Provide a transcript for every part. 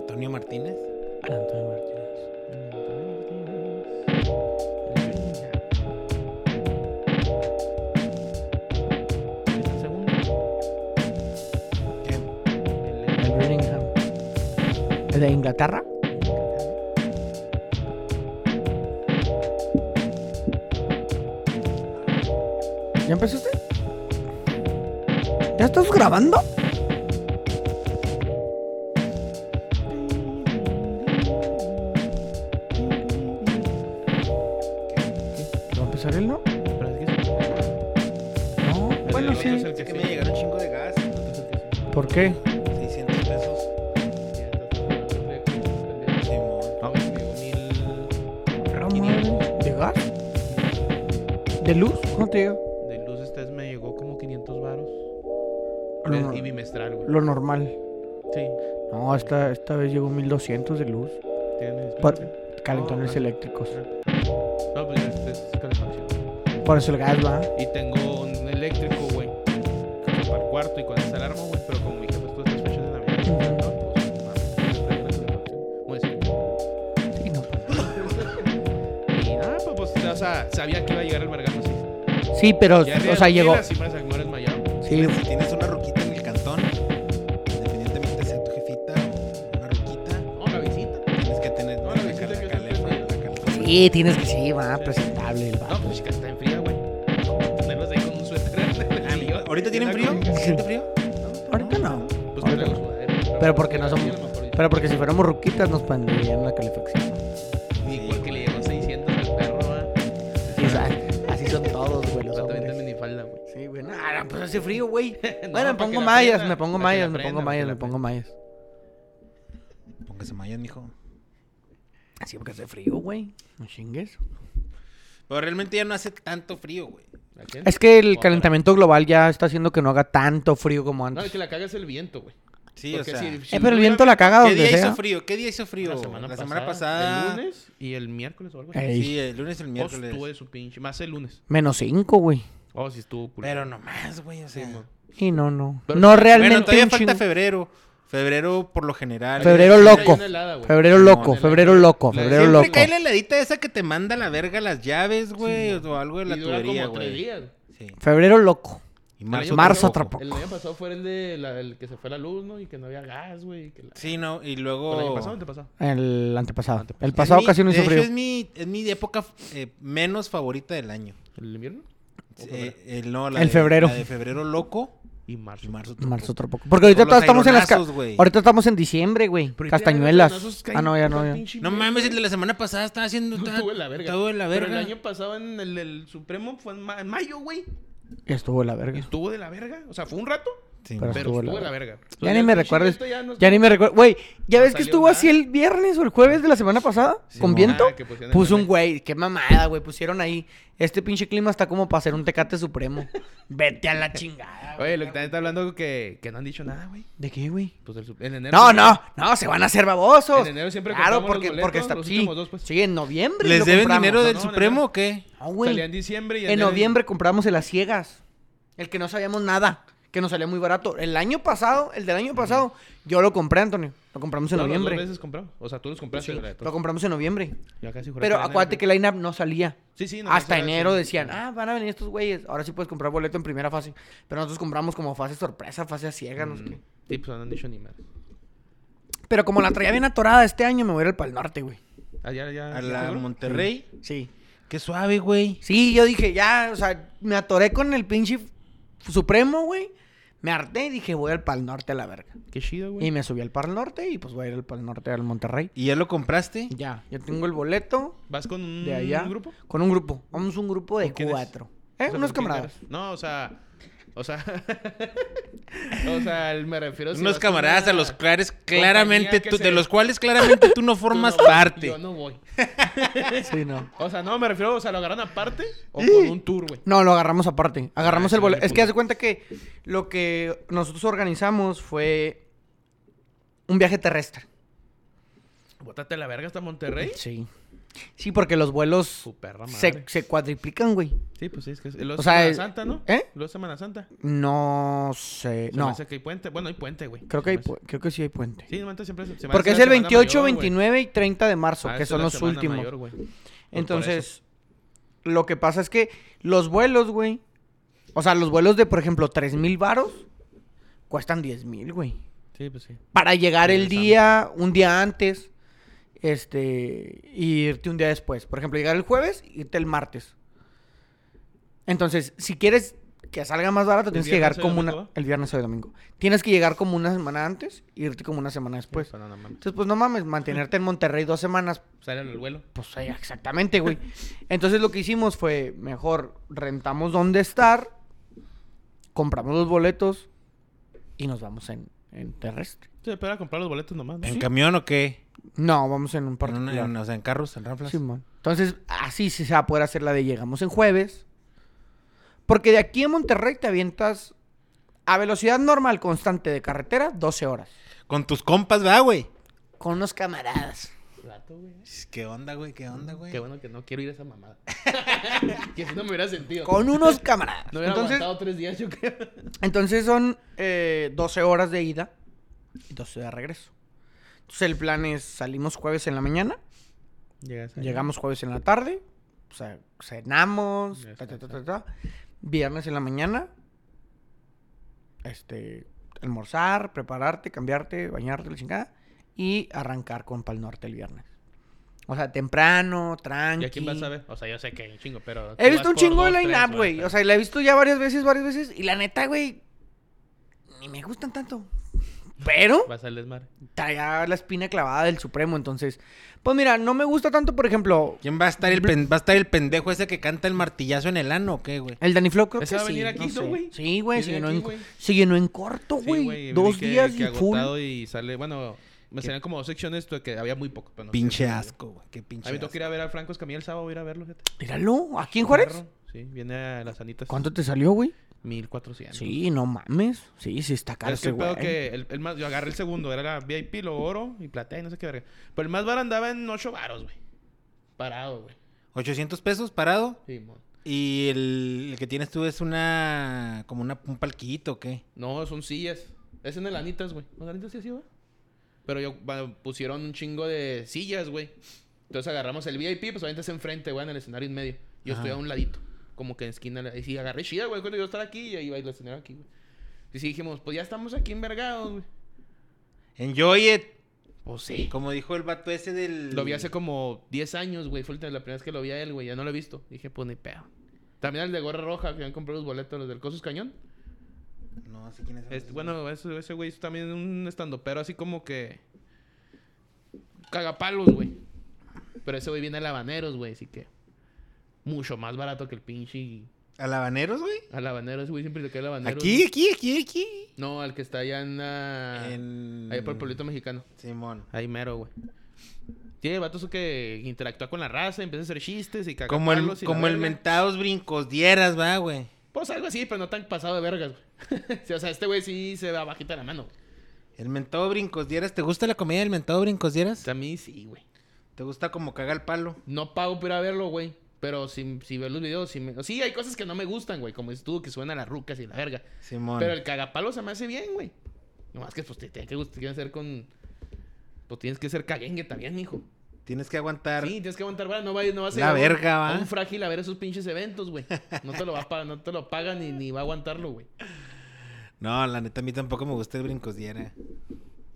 Antonio Martínez. Antonio Martínez. El segundo, ¿Qué? el de- El Birmingham. ¿El de Inglaterra? ¿Ya empezó usted? ¿Ya estás grabando? ¿Va a empezar él, no? Pero es que es- No, bueno, otro sí. es el Es que que sí. me llegaron un chingo de gas. el otro es el que sí. ¿Por qué? 600 pesos. Y el otro es el que sí. Simón. No, me llegó mil Ah, madre. ¿De gas? ¿De luz? ¿Cómo te digo? de luz este es- me llegó como 500 varos. eh, Lo, no- Y bimestral, güey. lo normal. Sí. No, esta, esta vez llegó 1200 de luz. ¿Tienes? Por espérate. calentones ah. eléctricos. No, pues este es calefacción. Por eso el gas va. Y tengo un eléctrico, güey. Para el cuarto y con esa alarma, güey. Pero como mi jefe estuvo tres fechas de Navidad, no, pues no mames, traigo la calefacción. Muy simple. Sí, no pasa nada. Y nada, pues, pues, o sea, sabía que iba a llegar el vergano, sí. Sí, pero, Ya o sea, llegó. Sí, me sacó desmayado. Sí, Si tienes una ruquita en el cantón, independientemente sea tu jefita o una ruquita, No, la visita. tienes que tener No, no, la la, visita la, que la calefa, siempre- la calefa. sí, tienes que sí, va presentable el No, vato. pues chica, está en fría, güey. Tenerlos ahí con un suéter. Ah, mira, ¿Ahorita tienen frío? ¿Siente frío? Ahorita no. Pues Ahorita traigo no. sudadera. Pero porque no sí, somos- a lo mejor yo- Pero porque si fuéramos ruquitas nos pondrían una calefacción. Ni porque le dieron 600 al perro, va. Sí, o sea, así son todos, güey, los Pero también de hombres. minifalda, güey. Sí, güey. no, Ah, pues hace frío, güey. No, Bueno, para me que pongo la mallas, prenda, me pongo para que la mallas, me pongo prenda, para que mallas, la me pongo mallas. Póngase mallas, mijo. Así porque hace frío, güey. No chingues. Pero realmente ya no hace tanto frío, güey. ¿La gente? Es que Oh, el pero- calentamiento global ya está haciendo que no haga tanto frío como No, el antes. que la caga es el viento, güey. Sí, Porque o sea. si- si Eh, pero el hubiera- viento la caga ¿Qué donde día hizo sea. frío? ¿Qué día hizo frío? La semana, pasada, pasada. El lunes y el miércoles o algo así. Eh, Ey. Sí, el lunes y el miércoles. Estuve su pinche. Más el lunes. Menos cinco, güey. Oh, sí estuvo culero. Pero nomás, güey, o sea. mo. Y no, no. Pero- no Bueno, realmente bueno, todavía un falta chingo. febrero. Febrero, por lo general. Febrero Hay una loco. helada, güey. Febrero Simón, loco, la- febrero la- loco, la- febrero Siempre loco. cae la heladita esa que te manda a la verga las llaves, güey, Sí. o algo de la Y dura tubería, como tres güey. días. Sí. Febrero loco. Y año Marzo tampoco. tampoco. El año pasado fue el de la- el que se fue la luz, ¿no? Y que no había gas, güey. y que la- Sí, no, y ¿Fue ¿El año luego... pasado o antepasado? El antepasado. El Es pasado mi- casi no hizo de hecho, frío. es mi, es mi época eh, menos favorita del año. ¿El invierno? ¿O Eh, febrero? el, no, la El de- febrero. la de febrero loco pues, Y marzo. y marzo tampoco. Marzo tampoco. Porque ahorita Por los todos estamos en las ca- aironazos, güey. Ahorita estamos en diciembre, güey. Pero ahorita ya los Castañuelas. granazos caen Ah, no, ya por no. la ya. pinche No mierda, mames, el de güey. la semana pasada estaba haciendo... No, estaba- estuvo en la verga. Estaba en la Pero verga. el año pasado en el, el Supremo fue en, ma- en mayo, güey. Ya estuvo la Y verga. estuvo de la verga. O sea, fue un rato, Sí, Pero pero, no. estuvo de estuvo, la de la verga. Entonces, Ya ni el me pinche recuerdes. viento ya nos- Ya ni me recuerdo. Güey, ¿ya ves que salió estuvo nada. así el viernes o el jueves de la semana pasada? Sí, Con mo. viento. Ah, que pusieron el Puso un meme. güey. Qué mamada, güey. Pusieron ahí. Este pinche clima está como para hacer un tecate supremo. Vete a la chingada. güey. Oye, lo que también está hablando que, que no han dicho nada, güey. ¿De qué, güey? Pues el, sup- en enero. No, no, no, se van a hacer babosos. En enero siempre Claro, compramos los porque, boletos, porque está los sí, últimos dos, pues. sí, en noviembre. ¿Les lo deben compramos. dinero del No, no, Supremo no. o qué? No, güey. Salía en diciembre y En enero- noviembre compramos el a ciegas. El que no sabíamos nada. Que nos salía muy barato. El año pasado, el del año pasado, yo lo compré, Antonio. Lo compramos en No, las dos noviembre. veces compramos. O sea, tú los compraste. Sí, ¿verdad? lo compramos en noviembre. Ya casi juré Pero era enero, acuérdate que güey. el line-up no salía. Sí, sí. nomás Hasta era enero así. decían, ah, van a venir estos güeyes. Ahora sí puedes comprar boleto en primera fase. Pero nosotros compramos como fase sorpresa, fase a ciegas, no sé Mm, qué. Sí, pues no han dicho ni madre. Pero como la traía bien atorada este año, me voy a ir al Pal Norte, güey. Allá, Ah, ya. A ya la seguro. Monterrey. Sí. Qué suave, güey. Sí, yo dije, ya, o sea, me atoré con el pinche f- Supremo, güey. Me harté y dije, voy al Pal Norte a la verga. Qué chido, Y güey. me subí al Pal Norte y pues voy a ir al Pal Norte, al Monterrey. ¿Y ya lo compraste? Ya, yo tengo el boleto ¿Vas con un, de allá. un grupo? Con un grupo. Vamos un grupo de ¿Con quiénes? cuatro. O ¿Eh? sea, Unos ¿con quién camaradas. eres? No, o sea. O sea. o sea, el- me refiero si Unos vas con camaradas a una- los cuales claramente que tú- se- de los cuales claramente tú no Tú formas no vas, parte. Yo no voy. Sí, no. O sea, no, me refiero, o sea, lo agarran aparte o con un tour, güey. No, lo agarramos aparte. Agarramos Ah, el sí, boleto. vale, Es que puto. haz de cuenta que lo que nosotros organizamos fue un viaje terrestre. Bótate la verga hasta Monterrey. Sí. Sí, porque los vuelos Su perra madre. se, se cuadriplican, güey. Sí, pues sí, es que... Luego O o sea, Semana es- Santa, ¿no? ¿eh? Luego Semana Santa. No sé. Se me No. hace que hay puente. Bueno, hay puente, güey. Creo que, Se hay me hace- pu- creo que sí hay puente. Sí, normalmente siempre se- se me Porque es hace el la Semana 28, Mayor, güey. 29 y 30 de marzo, Ah, que esa son es la los Semana últimos. Mayor, güey. Pues por eso. Entonces, lo que pasa es que los vuelos, güey. O sea, los vuelos de, por ejemplo, 3 mil varos cuestan 10 mil, güey. Sí, pues sí. Para llegar el Regresando. día, un día antes, este, y irte un día después. Por ejemplo, llegar el jueves, irte el martes. Entonces, si quieres que salga más barato, ¿Un tienes que viernes llegar o como una... domingo? El viernes o el domingo. Tienes que llegar como una semana antes, y irte como una semana después. Pues... No, no, mames. Entonces, pues no mames, mantenerte en Monterrey dos semanas, Sale el vuelo. pues ahí exactamente, güey. Entonces lo que hicimos fue, mejor rentamos dónde estar, compramos los boletos y nos vamos en, en terrestre. Sí, pero era comprar los boletos nomás, ¿no? ¿En Sí. camión o qué? No, vamos en un En una- particular. en- o sea, en carros, en raflas. Simón. Entonces, así sí se va a poder hacer la de llegamos en jueves. Porque de aquí a Monterrey te avientas a velocidad normal constante de carretera 12 horas. Con tus compas, ¿verdad, güey? Con unos camaradas. Rato, güey. Pues, ¿Qué onda, güey? ¿Qué onda, güey? Mm, Qué bueno que no quiero ir a esa mamada. que si no me hubiera sentido. Con unos camaradas. No hubiera Entonces, aguantado tres días, yo creo. Entonces son eh, 12 horas de ida y 12 de regreso. Entonces el plan es salimos jueves en la mañana, Llegas llegamos jueves en la tarde, o sea, cenamos, Ya ta, ta, está, ta, ta, ta. viernes en la mañana, este, almorzar, prepararte, cambiarte, bañarte, la chingada, y arrancar con Pal Norte el viernes. O sea, temprano, ¿Y tranqui. a quién vas a ver? O sea, yo sé que hay un chingo, pero. tú He visto vas un por chingo de dos, tres, line-up, güey, güey. pero- O sea, la he visto ya varias veces, varias veces. Y la neta, güey, ni me gustan tanto. Pero Vas al desmar. traía la espina clavada del Supremo, entonces. Pues mira, no me gusta tanto, por ejemplo, ¿Quién va a estar el pen- va a estar el pendejo ese que canta el martillazo en el ano o qué, güey? el Danny Flow creo que Ese va a venir sí, aquí, no ¿no, sé. güey? Sí, güey, se Viene llenó, aquí, en, güey. se llenó en corto, Sí, güey. vi Dos que- días que y full. agotado y sale. Bueno, me salían como dos secciones tú, que había muy poco. Pero no sé Pinche si- asco, güey. Qué pinche A mí tengo asco. que ir a ver al Franco Escamilla el sábado, voy a ir a verlo. fíjate. Míralo, ¿aquí en Juárez? Perro, Sí, viene a las Anitas. ¿Cuánto te salió, güey? 1400. Sí, no mames. Sí, sí está caro Es que ese el pedo güey. que el, el más, yo agarré el segundo, era la VIP, lo oro y plata y no sé qué verga. Pero el más bar andaba en 8 varos, güey. Parado, güey. 800 pesos parado Sí, mon. y el, el que tienes tú es una como una un palquito, ¿o ¿qué? No, son sillas. Es en el Anitas, güey. ¿En el Anitas sí así va? Pero yo va, pusieron un chingo de sillas, güey. Entonces agarramos el VIP, pues obviamente es enfrente, güey, en el escenario en medio. Yo Ajá. estoy a un ladito, como que en esquina. Y sí, agarré chida, güey, cuando yo estaba aquí y ahí iba el escenario aquí, güey. Y sí dijimos, pues ya estamos aquí envergados, güey. Enjoy it, Pues sí. como dijo el vato ese del Lo vi hace como 10 años, güey. Fue la primera vez que lo vi a él, güey. Ya no lo he visto. Dije, pues ni pedo. También el de gorra roja, que han comprado los boletos, los del Cosos Cañón. No sé quién es. Este, bueno, ese, ese güey es también un estandopero así como que... Cagapalos, güey. Pero ese güey viene a habaneros, güey. Así que... Mucho más barato que el pinche... ¿Alabaneros, güey? Al habanero, ese güey siempre le cae el habanero. Aquí, güey. aquí, aquí, aquí. No, al que está allá en... la- En Allá por el pueblito mexicano. Simón. Ahí mero, güey. Tiene vatos que interactúa con la raza, empieza a hacer chistes y cagar. Como el como el mentados brincos dieras, va, güey. Pues algo así, pero no tan pasado de vergas, güey. Sí, o sea, este güey sí se va bajita la mano. güey. El mentado brincos dieras, ¿te gusta la comedia del mentado brincos O dieras? sea, a mí sí, güey. ¿Te gusta como caga el palo? No pago para verlo, güey. Pero si, si veo los videos, si me... sí, hay cosas que no me gustan, güey. Como dices tú, que suenan las rucas y la verga. Simón. Pero el cagapalo se me hace bien, güey. Nomás que pues te tiene que gustar, tienes que hacer con. Pues tienes que ser caguengue también, mijo. Tienes que aguantar. Sí, tienes que aguantar, vara, No, vayas, no vas a La ir a un- verga, a ¿va? un frágil a ver esos pinches eventos, güey. No te lo va a pagar, no te lo paga ni, ni va a aguantarlo, güey. No, la neta a mí tampoco me gusta el brincos diera.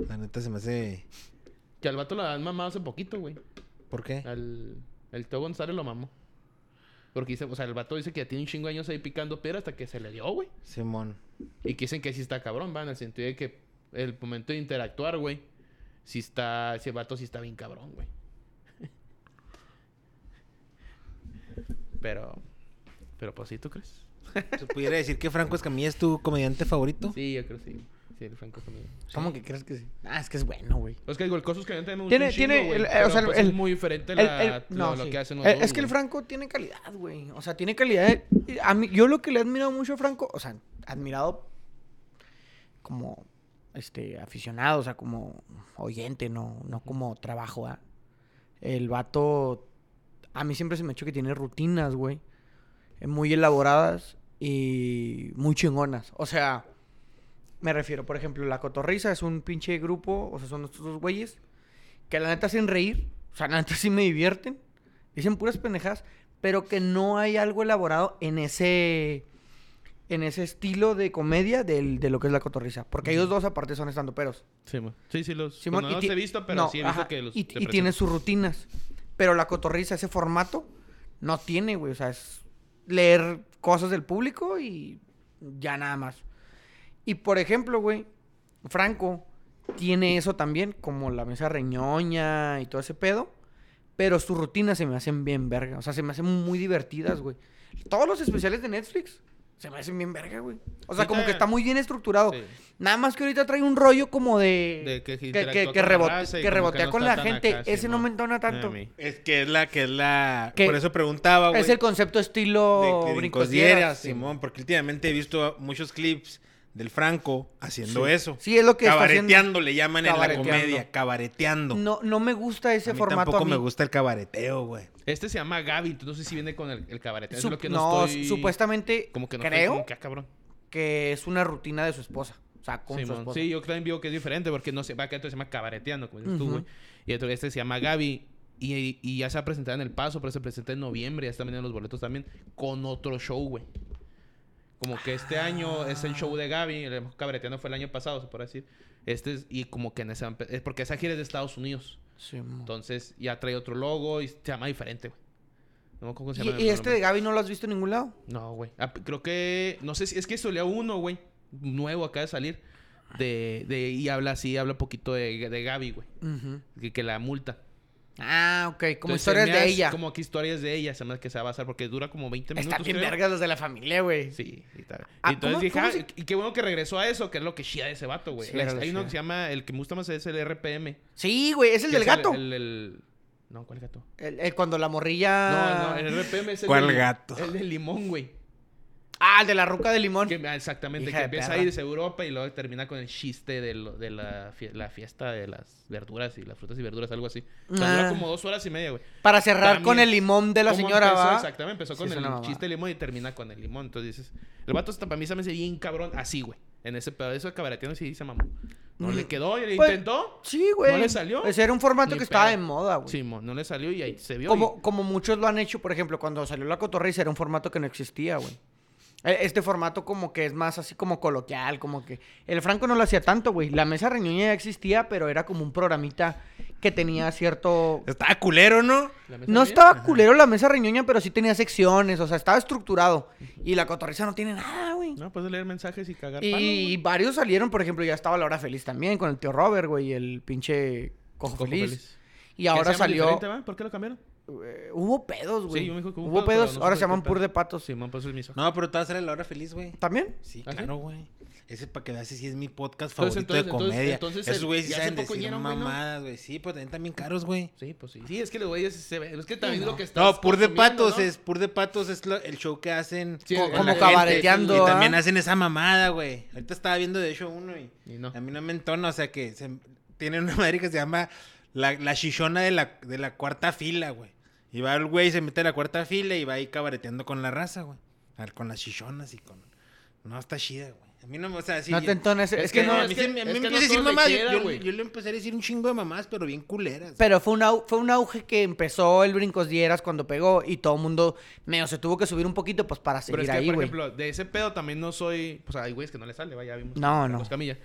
La neta se me hace Que al vato la han mamado hace poquito, güey. ¿Por qué? Ah. Al el Teo González lo mamó. Porque dice, o sea, el vato dice que ya tiene un chingo de años ahí picando piedra hasta que se le dio, güey. Simón. Y que dicen que sí está cabrón, va, en el sentido de que el momento de interactuar, güey, sí está, ese vato sí está bien cabrón, güey. Pero, pero pues sí, ¿tú crees? ¿Se pudiera decir que Franco Escamilla es tu comediante favorito? Sí, yo creo que sí. Sí, el Franco conmigo. ¿Cómo que crees que sí? Ah, es que es bueno, güey. Es Pues que digo, el Cosus que también me gusta Tiene- un chingo, tiene güey, el- eh, o pero, sea, el- pues, el- es muy diferente El- la- el- no, lo, lo sí. que hacen los Eh, dos, Es que el güey. Franco tiene calidad, güey. O sea, tiene calidad. de- A mí, yo lo que le he admirado mucho a Franco, o sea, admirado como este aficionado, o sea, como oyente, no, no como trabajo. ¿ah? El vato A mí siempre se me ha hecho que tiene rutinas, güey. eh, Muy elaboradas y muy chingonas. O sea, me refiero, por ejemplo, La Cotorriza es un pinche grupo, o sea, son estos dos güeyes, que la neta hacen reír. O sea, la neta sí me divierten. Dicen puras pendejadas, pero que no hay algo elaborado en ese en ese estilo de comedia del- de lo que es la cotorriza. Porque ellos dos aparte son estando peros. Sí, mo. sí, sí, los. bueno, no y los ti- he visto, pero no, sí he visto ajá, que los. Y, te y tiene presentan. sus rutinas. Pero la cotorriza, ese formato, no tiene, güey. O sea, es leer cosas del público y ya nada más. Y por ejemplo, güey, Franco tiene eso también, como la mesa reñoña y todo ese pedo. Pero sus rutinas se me hacen bien verga. O sea, se me hacen muy divertidas, güey. Todos los especiales de Netflix se me hacen bien verga, güey. O sea, como que Ahorita- está muy bien estructurado. Sí. Nada más que ahorita trae un rollo como de. De que que, interactúa que- con que la rebote- raza y que como que rebotea no con está la tan gente. acá, Ese no Simón. me entona tanto. A mí. Es que es la que es la. ¿Qué? Por eso preguntaba, Ah, güey. es el concepto estilo de, de brincos brincosieras, dieras, sí. Simón, porque últimamente he visto muchos clips del Franco haciendo eso. Sí, es lo que está haciendo. Cabareteando le llaman en la Cabareteando. comedia, cabareteando. No, no me gusta ese a mí formato. tampoco a mí. me gusta el cabareteo, güey. Este se llama Gaby, entonces no sé si viene con el, el cabaret. Es Sup- lo que no, no, estoy. supuestamente Como que no estoy creo como que, ah, cabrón. que es una rutina de su esposa. O sea, con su Simón. esposa. Sí, yo también digo que es diferente porque no sé, va que esto se llama cabareteando, como dices tú, Ujú. güey. Y otro- este se llama Gaby. Y, y ya se ha presentado en El Paso, pero se presenta en noviembre, ya están vendiendo los boletos también, con otro show, güey. Como que este año es el show de Gaby, el cabareteando fue el año pasado, se puede decir. Este es, y como que en esa, es porque esa gira es de Estados Unidos. Simón. Entonces ya trae otro logo y se llama diferente, güey. No me acuerdo cómo se ¿Y, llama. y el este de nombre. Gaby no lo has visto en ningún lado? No, güey. Ah, p- Creo que. No sé si. Es que solía uno, güey. Nuevo acaba de salir. De, de, y habla así, habla poquito de, de Gaby, güey. Ujú. Que, que la multa. Ah, ok. Como Entonces, se historias me de hace ella. Como que historias de ella, se me hace que se va a basar porque dura como 20 minutos. Está bien creo. vergas las de la familia, güey. Sí, y tal. Ah, Y Entonces ¿cómo- dije, cómo ah, se- y qué bueno que regresó a eso, que es lo que chida de ese vato, güey. Sí, La- era lo hay uno que chida. se llama, el que me gusta más es el RPM. Sí, güey. Es el que del es gato. El, el- No, ¿cuál gato? El- el cuando la morrilla. No, no, el RPM es el. ¿Cuál del- gato? El del limón, güey. Ah, el de la ruca de limón. Que- ah, exactamente, Hija que de empieza a perra. irse a Europa y luego termina con el chiste de, lo- de la, fie- la fiesta de las verduras y las frutas y verduras, algo así. O sea, dura Ah. como dos horas y media, güey. Para cerrar Para con mí- el limón de la ¿Cómo señora, empezó? ¿va? Exactamente, empezó Sí, con es el una mamada. chiste de limón y termina con el limón. Entonces dices, el vato hasta para mí se me hace bien cabrón así, güey. En ese pedo, eso de cabareteando sí dice mamón. No Mm. le quedó, y le Pues, intentó. Sí, güey. ¿No le salió? Ese era un formato Ni que estaba pedo. de moda, güey. Sí, mo, no le salió y ahí se vio. Como, como muchos lo han hecho, por ejemplo, cuando salió la cotorriza era un formato que no existía, güey. E- Este formato como que es más así como coloquial, como que... El Franco no lo hacía tanto, güey. La mesa reñoña ya existía, pero era como un programita que tenía cierto... Estaba culero, ¿no? y la mesa No bien. estaba culero la mesa reñoña, pero sí tenía secciones, o sea, estaba estructurado. Y la cotorriza no tiene nada, güey. No, puedes leer mensajes y cagar palo, Y güey. varios salieron, por ejemplo, ya estaba La Hora Feliz también, con el tío Robert, güey, y el pinche Cojo, Cojo feliz. Feliz. Y Que se ahora llama salió... diferente, ¿va? ¿Por qué lo cambiaron? eh, hubo pedos, güey. Sí, yo me dijo que hubo, hubo pedos, pero pedos, no ahora supe se qué llaman pur pedo. de patos. Simón, pues es miso. No, pero te vas a hacer la hora feliz, güey. ¿También? Sí, ¿Ah, sí? claro, güey. Ese es para que veas ese sí es mi podcast favorito Entonces, de entonces, comedia. entonces, entonces, Esos güeyes sí ya hace saben poco decir vinieron, güey, ¿no? mamadas, güey. Sí, pues también están bien caros, güey. Sí, pues sí. Sí, es que los güeyes se ven. Es que también no. lo que está. No, Pur de Patos es, Pur de Patos es lo- el show que hacen Sí, con el- la como gente. cabareteando, Y ¿ah? también hacen esa mamada, güey. Ahorita estaba viendo de hecho uno y, Y no. a Em, mí no me entona, o sea que se- tienen una madre que se llama la, la chichona de la, de la cuarta fila, güey. Y va el güey, se mete a la cuarta fila y va ahí cabareteando con la raza, güey. A ver, Con las chichonas y con... No, está chida, güey. A mí no me... O sea, sí, no te entones. Es, que no... a mí, se- es que- a es mí me que no empieza a decir todo le mamá. queda, Yo, yo- güey. yo le empecé a decir un chingo de mamás, pero bien culeras. Pero fue un, au- fue un auge que empezó el Brincos Dieras cuando pegó y todo el mundo medio se tuvo que subir un poquito pues para Pero seguir es que, ahí, por güey. ejemplo, de ese pedo también no soy. Pues hay güeyes que no le sale, vaya, vimos. No, a no. Los Camilla.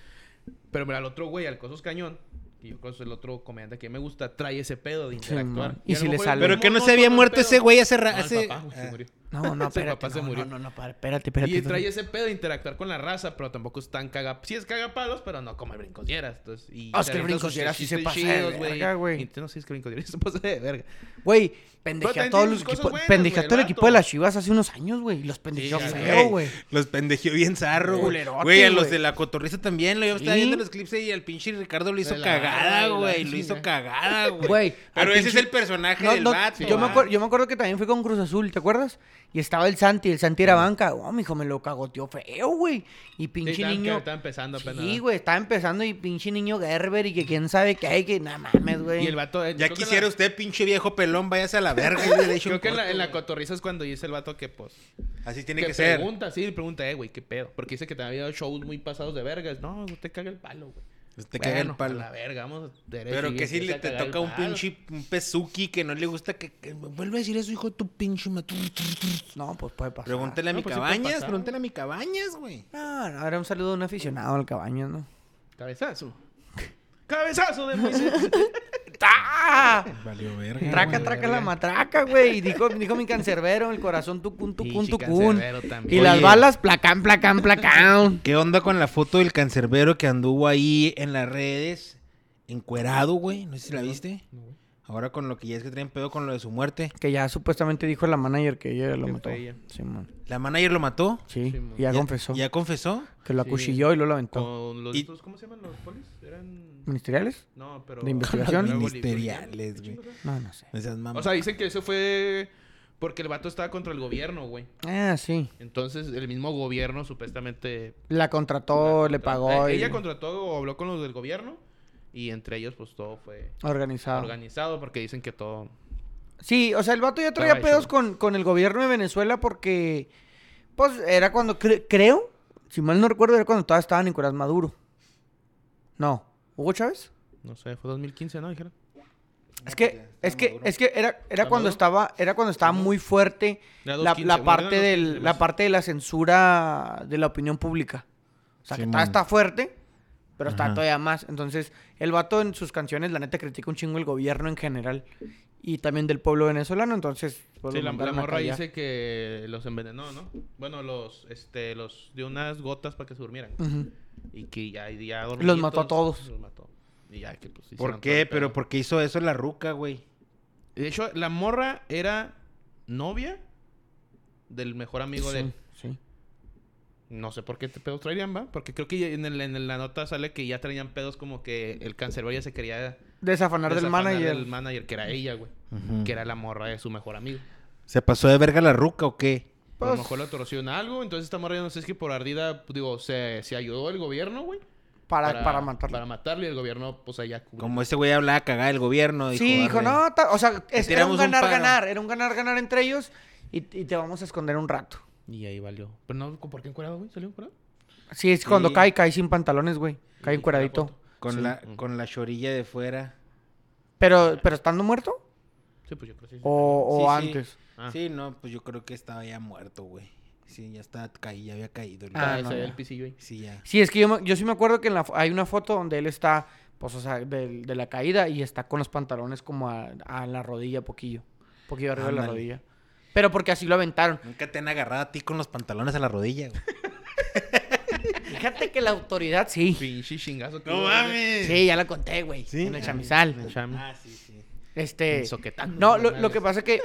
Pero mira, al otro güey, al Cosos Cañón, que yo creo que es el otro comediante que me gusta, trae ese pedo de interactuar. man. Y a si lo le mejor sale. es Pero que no monótono se había el muerto pedo. ese güey hace... ra- No, el hace... papá, güey, se Ah. murió. No, no, Ese espérate. papá se no, murió. No, no, no, pa- espérate, espérate. Y trae espérate. ese pedo de interactuar con la raza, pero tampoco es tan caga. Sí es cagapalos, pero no como el brincosieras. Entonces, y Ah, es se que el avienta sus Brincosieras sí se chistes pasa de chidos, verga, güey. Y tú no sé, es que el brincosieras se pasa de verga. Güey, pendejé a también todos tiene los sus cosas equipos... buenas, Pendejé a güey, todo el el equipo de vato. las Chivas hace unos años, güey. y Los pendejó ya sé. feo, güey. Los pendejió bien zarro, güey. Culerote, Güey, a los güey. de la cotorriza también. Lo yo estaba Sí. viendo los clips y al pinche Ricardo lo hizo De la- cagada, de la güey. Lo chinga. hizo cagada, güey. Güey, al Pero ese es pinche- el personaje No, del no, vato. yo, me ah. acuer- yo me acuerdo que también fui con Cruz Azul, ¿te acuerdas? Y estaba el Santi, el Santi era banca. Oh, mijo, me lo cagoteó feo, güey. Y pinche Sí, estaba- niño. Estaba empezando apenas. Sí, güey, estaba empezando y pinche niño Gerber y que quién sabe qué hay, que nada mames, güey. Y el vato. eh, Ya creo que quisiera la- usted, pinche viejo pelón, váyase a la verga. y le echo un Creo que en la, corto, en la güey. cotorriza es cuando dice el vato que, pues. Así tiene que, ser. pregunta, sí, le pregunta, eh, güey, qué pedo. Porque dice que te había dado shows muy pasados de vergas. No, usted caga el palo, güey. Te caga el Bueno, palo. A la verga, vamos derecho. Pero y que si le empieza a te cagar el toca un palo. pinche un pezuki que no le gusta que, que- vuelve a decir eso, hijo de tu pinche madre. No, pues puede pasar. Pregúntale a No, mi pues sí puede cabañas, pasar. pregúntale a mi cabañas, güey. No, no, era un saludo de un aficionado al cabaño, ¿no? Cabezazo. Cabezazo de Moisés. ¡Ah! Valió verga. Traca, traca la matraca, güey. Y Dijo, dijo mi cancerbero, el corazón tucún, tucún, Pinche tucún. cancerbero también. Y las Oye. balas placán, placán, placán. ¿Qué onda con la foto del cancerbero que anduvo ahí en las redes? Encuerado, güey. No sé si la viste. Ahora con lo que ya es que traen pedo con lo de su muerte. Que ya supuestamente dijo la manager que ella lo Que mató. fue ella. Sí, man. La manager lo mató. Sí, Sí, man. y ya, confesó. ¿Ya confesó? Que lo Sí. acuchilló y luego lo aventó. Con los. Y- estos, ¿Cómo se llaman los polis? Eran. ¿Ministeriales? No, pero. ¿De investigación? Luego Ministeriales, bolivianos. güey. No, no sé. No seas mamá. O sea, dicen que eso fue porque el vato estaba contra el gobierno, güey. Ah, sí. Entonces, el mismo gobierno supuestamente... La contrató, le pagó. Eh, y- Ella contrató o habló con los del gobierno y entre ellos, pues, todo fue Organizado. organizado porque dicen que todo... Sí, o sea, el vato ya Estaba traía de pedos show. con, con el gobierno de Venezuela porque, pues, era cuando, cre- creo, si mal no recuerdo, era cuando todavía estaba Nicolás Maduro. No, Hugo Chávez. No sé, fue 2015, ¿no? Dijeron. Es pues ya, que, estaba es que, Maduro. es que era, era ¿Estaba cuando Maduro? estaba, era cuando estaba muy fuerte Era la, 2.15, la bueno, parte eran del, 2.15, la pues. parte de la censura de la opinión pública. O sea, que Simón. todavía está fuerte, pero está Ajá. todavía más. Entonces, el vato en sus canciones, la neta, critica un chingo el gobierno en general. Y también del pueblo venezolano, entonces... pues, Sí, lo la, la mandaron a morra callar. dice que los envenenó, ¿no? Bueno, los, este, los dio unas gotas para que se durmieran. Ujú. Y que ya, ya Los mató a todos. Los mató. Y ya que, pues, hicieron ¿Por todo qué? el Pero pedo. porque hizo eso la ruca, güey. De hecho, la morra era novia del mejor amigo de él. Sí, sí. No sé por qué te pedos traerían, ¿va? Porque creo que ya en, el- en la nota sale que ya traían pedos como que el cancerbero ya se quería... Desafanar, del desafanar manager. del manager, que era ella, güey. Que era la morra de su mejor amigo. ¿Se pasó de verga la ruca o qué? a Pues- lo mejor lo torció en algo. Entonces esta morra, ya no sé, es que por ardida, pues, digo, se, se ayudó el gobierno, güey. para, para, matarlo. Para matarle y el gobierno, pues, allá... cubrió. Como ese güey hablaba cagada del gobierno. sí, dijo, "Arre". no, ta- o sea, es- era tiramos un un ganar, paro. ganar. Era un ganar, ganar entre ellos y, y te vamos a esconder un rato. Y ahí valió. Pero no, ¿por qué encuerado, güey? ¿Salió encuerado? Sí, es Sí. cuando cae, cae sin pantalones, güey. Cae Y la encueradito. foto. Con, Sí. la, Mm. con la chorilla de fuera. Pero, pero estando muerto Sí, pues yo creo que sí. o, o Sí, sí. antes. Ah. Sí, no, pues yo creo que estaba ya muerto, güey. Sí, ya estaba caí, ya había caído. Ah, Ah, no, se ve ya. el pisillo ahí. Sí, ya. Sí, es que yo, me- yo sí me acuerdo que en la, fo- hay una foto donde él está, pues, o sea, del- de, la caída y está con los pantalones como a, a la rodilla, poquillo. Poquillo arriba de la Ándale. rodilla. Pero porque así lo aventaron. Nunca te han agarrado a ti con los pantalones a la rodilla, güey. Fíjate que la autoridad sí. Pinche chingazo. que ¡No hubo, güey. mames! Sí, ya la conté, güey. ¿Sí? En el Ah, chamizal. Ah, sí, sí. Este. En Soquetán, Eh, No, no lo, mames. lo que pasa es que.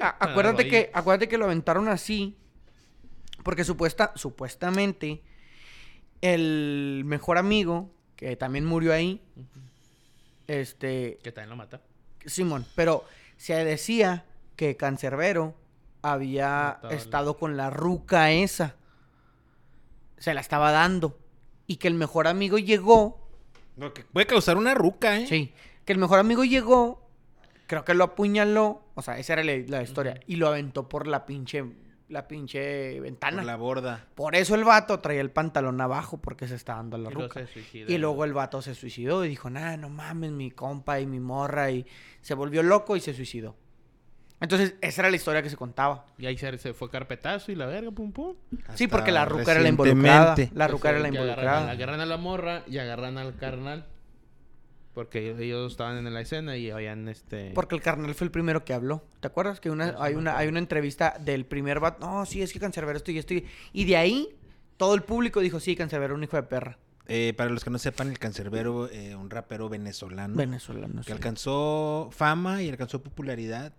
a- a- A la acuérdate que. rodilla. Acuérdate que lo aventaron así. Porque supuesta, supuestamente. El mejor amigo. Que también murió ahí. Este. Que también lo mata. Simón. Pero se decía que Cancerbero había Matado al- estado con la ruca esa. Se la estaba dando. Y que el mejor amigo llegó. Lo que puede causar una ruca, ¿eh? Sí. Que el mejor amigo llegó, creo que lo apuñaló, o sea, esa era la, la historia, y lo aventó por la pinche, la pinche Por ventana. Por, la borda. eso el vato traía el pantalón abajo porque se estaba dando la Y luego ruca. se suicida. Y luego el vato se suicidó y dijo, nah, no mames, mi compa y mi morra, y se volvió loco y se suicidó. Entonces, esa era la historia que se contaba. Y ahí se, se fue carpetazo y la verga, pum, pum. sí, Hasta porque la ruca era la involucrada. recientemente. La ruca era la Que Agarran, involucrada. agarran a la morra y agarran al carnal. Porque ellos estaban en la escena y habían este... Porque el carnal fue el primero que habló. ¿Te acuerdas? Que Ah, una, hay, una, hay una entrevista del primer bat. No, sí, es que Cancerbero esto y esto. Y y de ahí, todo el público dijo, sí, Cancerbero, un hijo de perra. Eh, para los que no sepan, el cancerbero, eh, un rapero venezolano. Venezolano. Mm. que sí. alcanzó fama y alcanzó popularidad.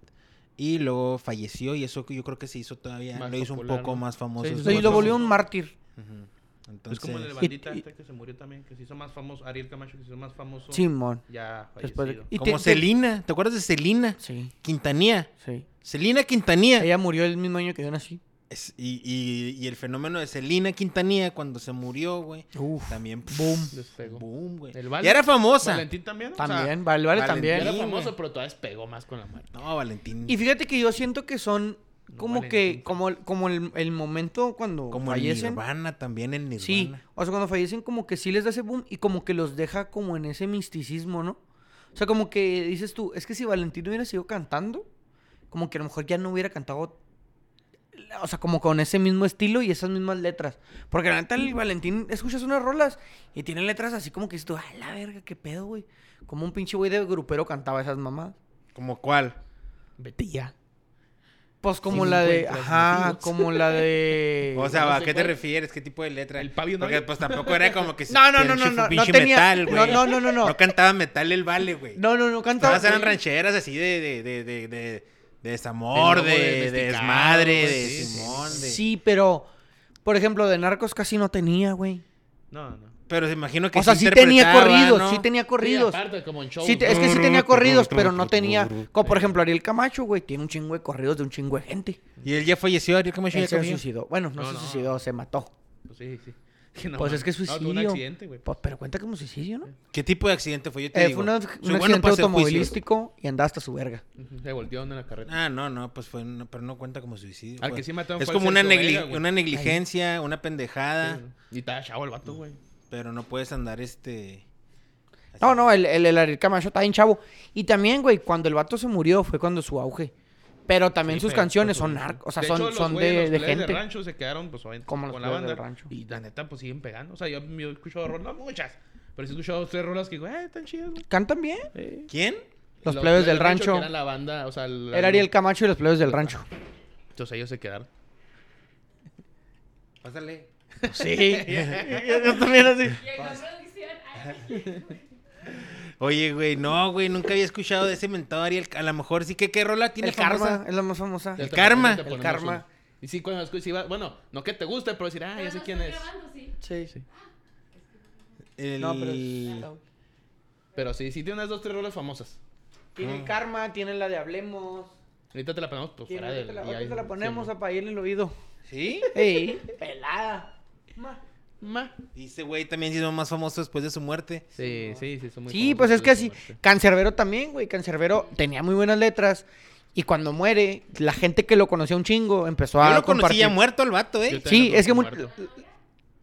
Y luego falleció y eso que yo creo que se hizo todavía, Más lo hizo popular, un poco ¿no? más famoso. Sí, sí, Sí, lo volvió un mártir. Ujú. Es Entonces, como el de bandita este que se murió también, que se hizo más famoso, Ariel Camacho, que se hizo más famoso. Simón. Ya Después de- fallecido. y como te- te- Celina. ¿Te acuerdas de Celina? Sí, Quintanilla. sí. Celina Quintanilla. Ella murió el mismo año que yo nací. Es- y, y- y el fenómeno de Celina Quintanilla cuando se murió, güey. Uf. También. pff, Boom. Despegó. Boom, güey. El Valen- Y era famosa. Valentín también. o sea, También, vale, vale, Valentín. ya era también. Sí, famoso, güey. pero todavía pegó más con la mano. No, Valentín. Y fíjate que yo siento que son No como valen que, tanto. como, como el, el momento cuando como el fallecen. Nirvana también, el Nirvana. Sí, o sea, cuando fallecen como que sí les da ese boom y como que los deja como en ese misticismo, ¿no? O sea, como que dices tú, es que si Valentín hubiera sido cantando, como que a lo mejor ya no hubiera cantado, o sea, como con ese mismo estilo y esas mismas letras. Porque la neta, el Valentín, escuchas unas rolas y tiene letras así como que dices tú, ah, la verga, qué pedo, güey. Como un pinche güey de grupero cantaba esas mamás. ¿Como cuál? Vete ya. Pues como Sin la de, encuentros ajá, motivos. como la de... O sea, no ¿a sé qué te cuál. refieres? ¿Qué tipo de letra? El Pabio Porque Noel. pues tampoco era como que No, no, no, pinche- no, no, pinche no tenía- metal, güey. no, no, no, no. cantaba metal el vale, güey. no, no, no, cantaba... Todas eran rancheras así de de de de, de, de De desamor, lobo de, de domesticado, desmadre, güey, de sí, sí, Simón, de- Sí, pero, por ejemplo, de narcos casi no tenía, güey. No, no. Pero se imagino que O sea, sí tenía corridos, sí tenía corridos. Sí, aparte, como en show. Sí te- es que sí tenía corridos, pero no tenía. Como por ejemplo, Ariel Camacho, güey, tiene un chingo de corridos de un chingo de gente. Y él ya falleció, Ariel Camacho Él ya se cambió. suicidó. Bueno, no, No, se no. suicidó, se mató. Pues sí, sí. Que no pues mames. es que es No, suicidio. tuvo un accidente, güey. Pues, pero cuenta como suicidio, ¿no? ¿Qué tipo de accidente fue? Yo te Eh, digo. fue una- un, soy accidente bueno para hacer juicios. automovilístico y andaba hasta su verga. Ujú, Se volteó en la carreta. Ah, no, no, pues fue, una- pero no cuenta como suicidio. Al güey. que sí mataron es fue como al una, Celso negli- Vega, güey. una negligencia, una pendejada, Y estaba chavo el vato, güey. pero no puedes andar este. No, así. no, el, el, el Ariel Camacho está bien chavo. Y también, güey, cuando el vato se murió fue cuando su auge. Pero también Sí, sus pero, canciones pues, son sí. narcos, o sea, De son, hecho, los son güeyes, de, los de culeros gente. rancho se quedaron, pues, obviamente, Como los con la culeros banda. del rancho. Y la neta, pues, siguen pegando. O sea, yo, yo he escuchado rolas, no muchas, pero sí he escuchado tres rolas que digo, eh, están chidas, güey. ¿Cantan bien? Eh. ¿Quién? Los plebes del rancho. que Eran la banda, o sea, la- Era Ariel Camacho y los plebes del rancho. Entonces ellos se quedaron. Pásale. Sí. Yo también así. Oye, güey, no, güey, nunca había escuchado de ese mentado Ariel. A lo mejor sí que qué rola tiene El karma famosa? es la más famosa. Ya te karma. ponemos- ya Ah, te El ponemos karma. una. Y sí, cuando escuchas, bueno, no que te guste, pero decir, ah, ya sé quién es. Sí, sí. El- No, pero es- Pero sí, sí tiene unas dos, tres rolas famosas. Tiene el karma, tiene la de Hablemos. Ahorita te la ponemos pues, Tiene fuera ahorita del- la, y ahorita ahí- se la ponemos sí, a en el oído. ¿Sí? Ey, pelada. Ma. Dice, güey, también se hizo más famoso después de su muerte. Sí, sí, sí, son muy Sí, famosas pues es por que eso, así. Marte. Cancerbero también, güey. Cancerbero tenía muy buenas letras. Y cuando muere, la gente que lo conocía un chingo empezó a. Yo lo conocí compartir. ya muerto el vato, Yo ¿eh? te- Sí, Tenía es que todo mu- muerto.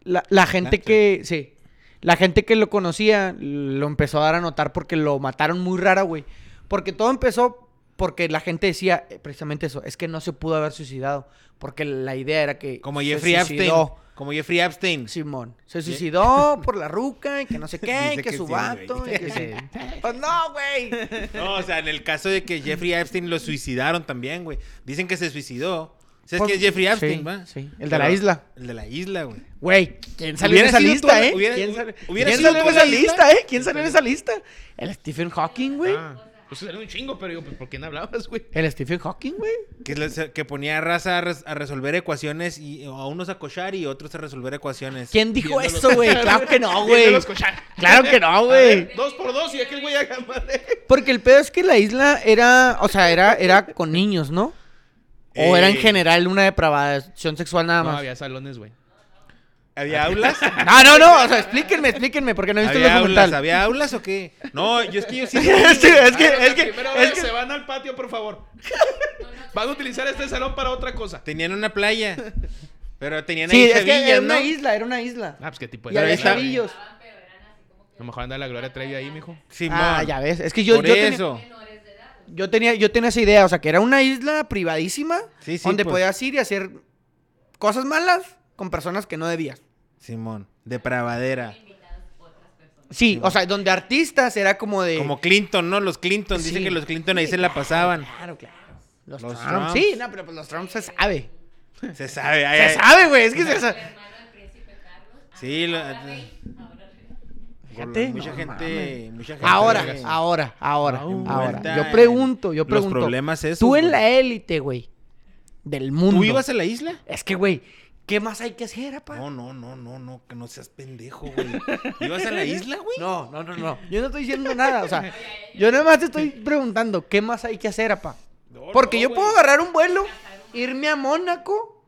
la, la gente Ah, que, sí, la gente que lo conocía lo empezó a dar a notar porque lo mataron muy rara, güey. Porque todo empezó porque la gente decía eh, precisamente eso, es que no se pudo haber suicidado, porque la idea era que Como se Jeffrey Epstein. suicidó. Como Jeffrey Epstein. Simón, se suicidó por la ruca y que no sé qué, y Dice que, que su sí, vato. güey. y que sí. Pues no, güey. No, o sea, en el caso de que Jeffrey Epstein lo suicidaron también, güey. Dicen que se suicidó. ¿Sabes Pues, quién es Jeffrey sí, Epstein, va? sí, el de la Pero- isla. El de la isla, güey. Güey, ¿quién salió en Hubiera esa sido tú lista, la- eh? hubiera- ¿Quién, sal- hubiera ¿Quién sido salió en tú esa la lista, lista? eh? ¿Quién salió en esa lista? El Stephen Hawking, güey. Ah, pues salió un chingo, pero yo, pues, ¿por qué no hablabas, güey? El Stephen Hawking, güey. Que, la- que ponía a raza a, res- a resolver ecuaciones y a unos a cochar y otros a resolver ecuaciones. ¿Quién dijo Viéndolos- eso, güey? Claro que no, güey. Viéndolos cochar. Claro que no, A güey. ver, Dos por dos y aquel güey haga madre. Porque el pedo es que la isla era, o sea, era, era con niños, ¿no? O era en Eh. general una depravación sexual nada No, más. había salones, güey. ¿Había aulas? No, no, no, o sea, explíquenme, explíquenme, porque no he visto el ¿Había aulas? documental. ¿Había aulas o qué? No, yo es que yo sí. Sí, es que, Ah, la es que, primera es vez que, se van al patio, por favor. Van a utilizar este salón para otra cosa. Tenían una playa. Pero tenían sí, ahí es que chavillas, era una ¿no? isla, era una isla. Ah, pues qué tipo Y había isla, güey. chavillos. A lo mejor anda la Gloria Trevi ahí, mijo. Simón. Ah, ya ves, es que yo, Por yo tenía- eso. Yo tenía, yo tenía esa idea, o sea, que era una isla privadísima Sí, sí, donde pues. podías ir y hacer cosas malas con personas que no debías. Simón. Depravadera. Sí, o sea, donde artistas era como de... Como Clinton, ¿no? Los Clinton. Dicen Sí. que los Clinton ahí se la pasaban. Claro, claro. Los, Los Trump. Trumps. Sí, no, pero pues los Trump se sabe. Se sabe. ay, Se ay. sabe, güey, es que se sabe. Sí, lo- Fíjate, mucha, no gente, mucha gente. Ahora, llega así. ahora, ahora, Ahorita ahora. en Yo pregunto, yo los pregunto. problemas esos, Tú en güey. la élite, güey, del mundo. ¿Tú ibas a la isla? Es que, güey, ¿Qué más hay que hacer, apa? No, no, no, no, no, que no seas pendejo, güey. ¿Ibas a la isla, güey? No, no, no, no. Yo no estoy diciendo nada. O sea, yo nada más te estoy preguntando, ¿qué más hay que hacer, apa? No, Porque no, yo güey. puedo agarrar un vuelo, irme a Mónaco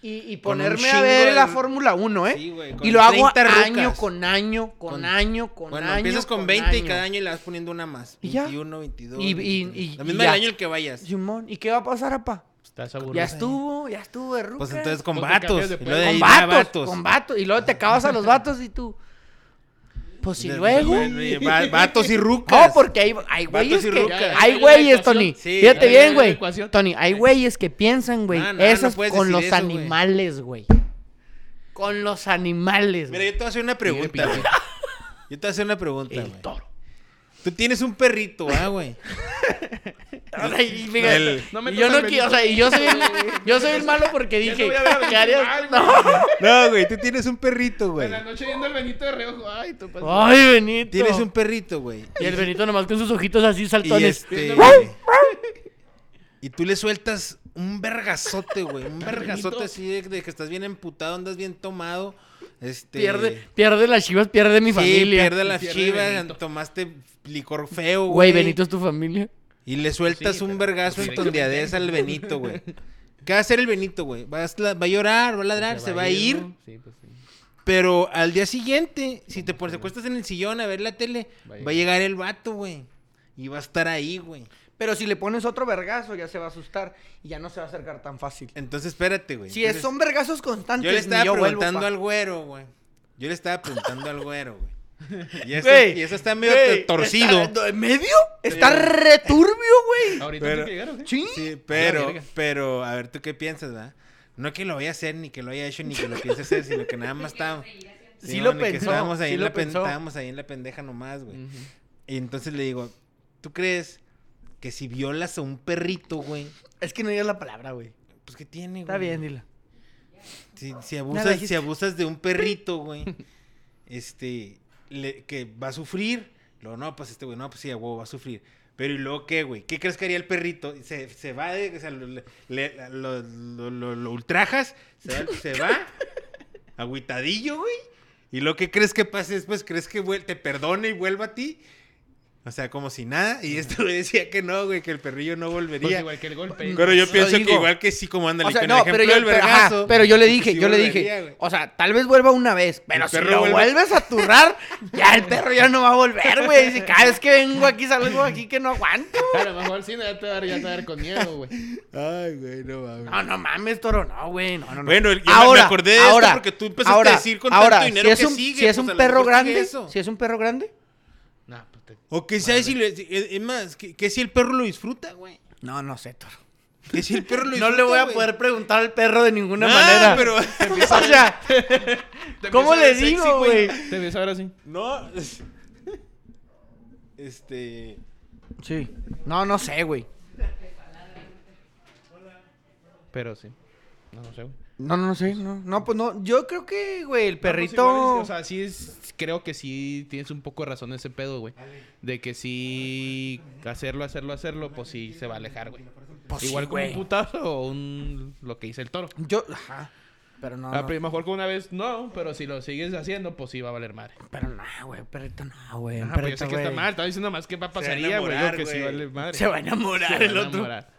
y, y Con un ponerme a chingo ver de- la Fórmula 1, ¿eh? Sí, güey, con y lo hago 30 rucas. año con año, con, Con- año, con bueno, año. empiezas con 20 y cada año le vas poniendo una más. Y ya. 21, 22. Y- y- 23. y- la y misma ya. del año el que vayas. Simón, ¿y qué va a pasar, apa? Estás Ya aburrido. estuvo, ya estuvo de ruca. Pues entonces con Pues te vatos. cambias de y luego de pueblo. ahí con ya vatos, con vatos. Y luego te acabas a los vatos y tú... Pues y De- luego... bueno, y va- Vatos y rucas. No, porque hay, hay güeyes y que... rucas. Hay Ya, ya güeyes, hay Tony. ecuación. Sí, ya, Fíjate ya bien, hay güey. ecuación. Tony, hay güeyes que piensan, güey. No, no, Esas no puedes con decir los eso, güey. animales, güey. Con los animales, Mira, güey. yo te voy a hacer una pregunta, pinche. güey. Yo te voy a hacer una pregunta, El güey. toro. Tú tienes un perrito, ah, güey. O sea, y fíjate, El- No me y yo toques no el quiero, bendito. o sea, y yo soy el, yo soy el malo porque Ya te dije, voy a ver a ¿qué ver mal, harías? No. No, güey, tú tienes un perrito, güey. En la noche viendo el Benito de reojo. Ay, tú pues, pasas. Ay, Benito. Tienes un perrito, güey. Y el Benito nomás con sus ojitos así Y saltones. este. y tú le sueltas un vergazote, güey. Un vergazote así de, de que estás bien emputado, andas bien tomado. Este. Pierde, pierde las chivas, pierde mi sí, familia. pierde las Pierde chivas, Benito. tomaste licor feo, Güey, güey. Benito es tu familia. Y le sueltas Sí, un pero- vergazo en directamente. tondeadez al Benito, güey. ¿Qué va a hacer el Benito, güey? Va a, sla- va a llorar, va a ladrar, se, va a ir. ¿no? Sí, pues sí. Pero al día siguiente, si te pones, te acuestas en el sillón a ver la tele, Va a va a llegar el vato, güey. Y va a estar ahí, güey. Pero si le pones otro vergazo, ya se va a asustar y ya no se va a acercar tan fácil. Entonces, espérate, güey. Si Entonces, son vergazos constantes, Yo le estaba yo vuelvo, preguntando pa. al güero, güey. Yo le estaba preguntando al güero, güey. Y eso, Güey, y eso está medio güey, torcido. ¿está ¿En medio? Está returbio, güey. Ahorita Pero- tiene que ¿eh? llegar, ¿o qué? Sí. Sí, pero, verga. pero, a ver, ¿tú qué piensas, verdad? No que lo vaya a hacer, ni que lo haya hecho, ni que lo piense hacer, sino que nada más estaba... Sí lo ni que pensó, Estábamos ahí, sí en lo la pen- pensó. estábamos ahí en la pendeja nomás, güey. Ujú. Y entonces le digo, ¿tú crees que si violas a un perrito, güey? Es que no digas la palabra, güey. Pues, ¿qué tiene, güey? Está bien, dila. Si, si Nada, abusas, dijiste. si abusas de un perrito, güey, este, le- que va a sufrir. Luego, no, pues este güey, no, pues sí, a huevo, va a sufrir. Pero ¿y luego qué, güey? ¿Qué crees que haría el perrito? Se, se va, de- o sea, lo, le- le- lo- lo- lo- lo ultrajas, se va, se va, agüitadillo, güey. ¿Y lo que crees que pase después? ¿Crees que vuel- te perdone y vuelva a ti? O sea, como si nada. Y esto güey decía que no, güey, que el perrillo no Pues volvería. igual que el golpe. Pero yo Lo pienso digo. que igual que sí, como anda O sea, no, pero yo, el pero, ajá, vergazo. pues pero yo le dije, sí yo le volvería, dije, güey. o sea, tal vez vuelva una vez, pero El si perro lo vuelve. vuelves a turrar, ya el perro ya no va a volver, güey. Dice, cada vez que vengo aquí, salgo aquí que no aguanto. A lo mejor sí, no, ya te va a dar, ya te va a dar con miedo, güey. Ay, güey, no mames. No, no mames, toro, no, güey, no, no, no. Bueno, yo me- me acordé de esto porque tú empezaste a decir con tanto dinero si es que un, sigue, Si es pues, un a lo perro mejor sigue grande, eso. si es un perro grande, Nah, pues te- O que sea si le- si- es es más, que, que si el perro lo disfruta, güey. no, no sé, toro. Que si el perro lo No Pues disfruta. le voy a güey. poder preguntar al perro de ninguna Nah, manera. pero- o sea, te empiezo ¿cómo a le ver sexy, digo, güey? Te ves ahora sí. No. es- Este. Sí. No, no sé, güey. Pero sí. No, no sé, güey. No, no, no sé, no, no, pues no, yo creo que, güey, el perrito... No, Ah, pues igual, o sea, sí es. Creo que sí tienes un poco de razón en ese pedo, güey. De que sí. Hacerlo, hacerlo, hacerlo, pues sí se va a alejar, güey. Pues sí, Igual que güey. un putazo o un. Lo que dice el toro. Ah, Yo, ajá. Pero no, A no, pri- mejor que una vez no, pero si lo sigues haciendo, pues sí va a valer madre. pero no, güey, perrito no, güey. Ajá, perrito, pues yo sé que está güey. mal, estaba diciendo más que va a va a pasaría, güey. enamorar, Yo que sí güey. vale madre. Se va a enamorar Se va a el otro. enamorar.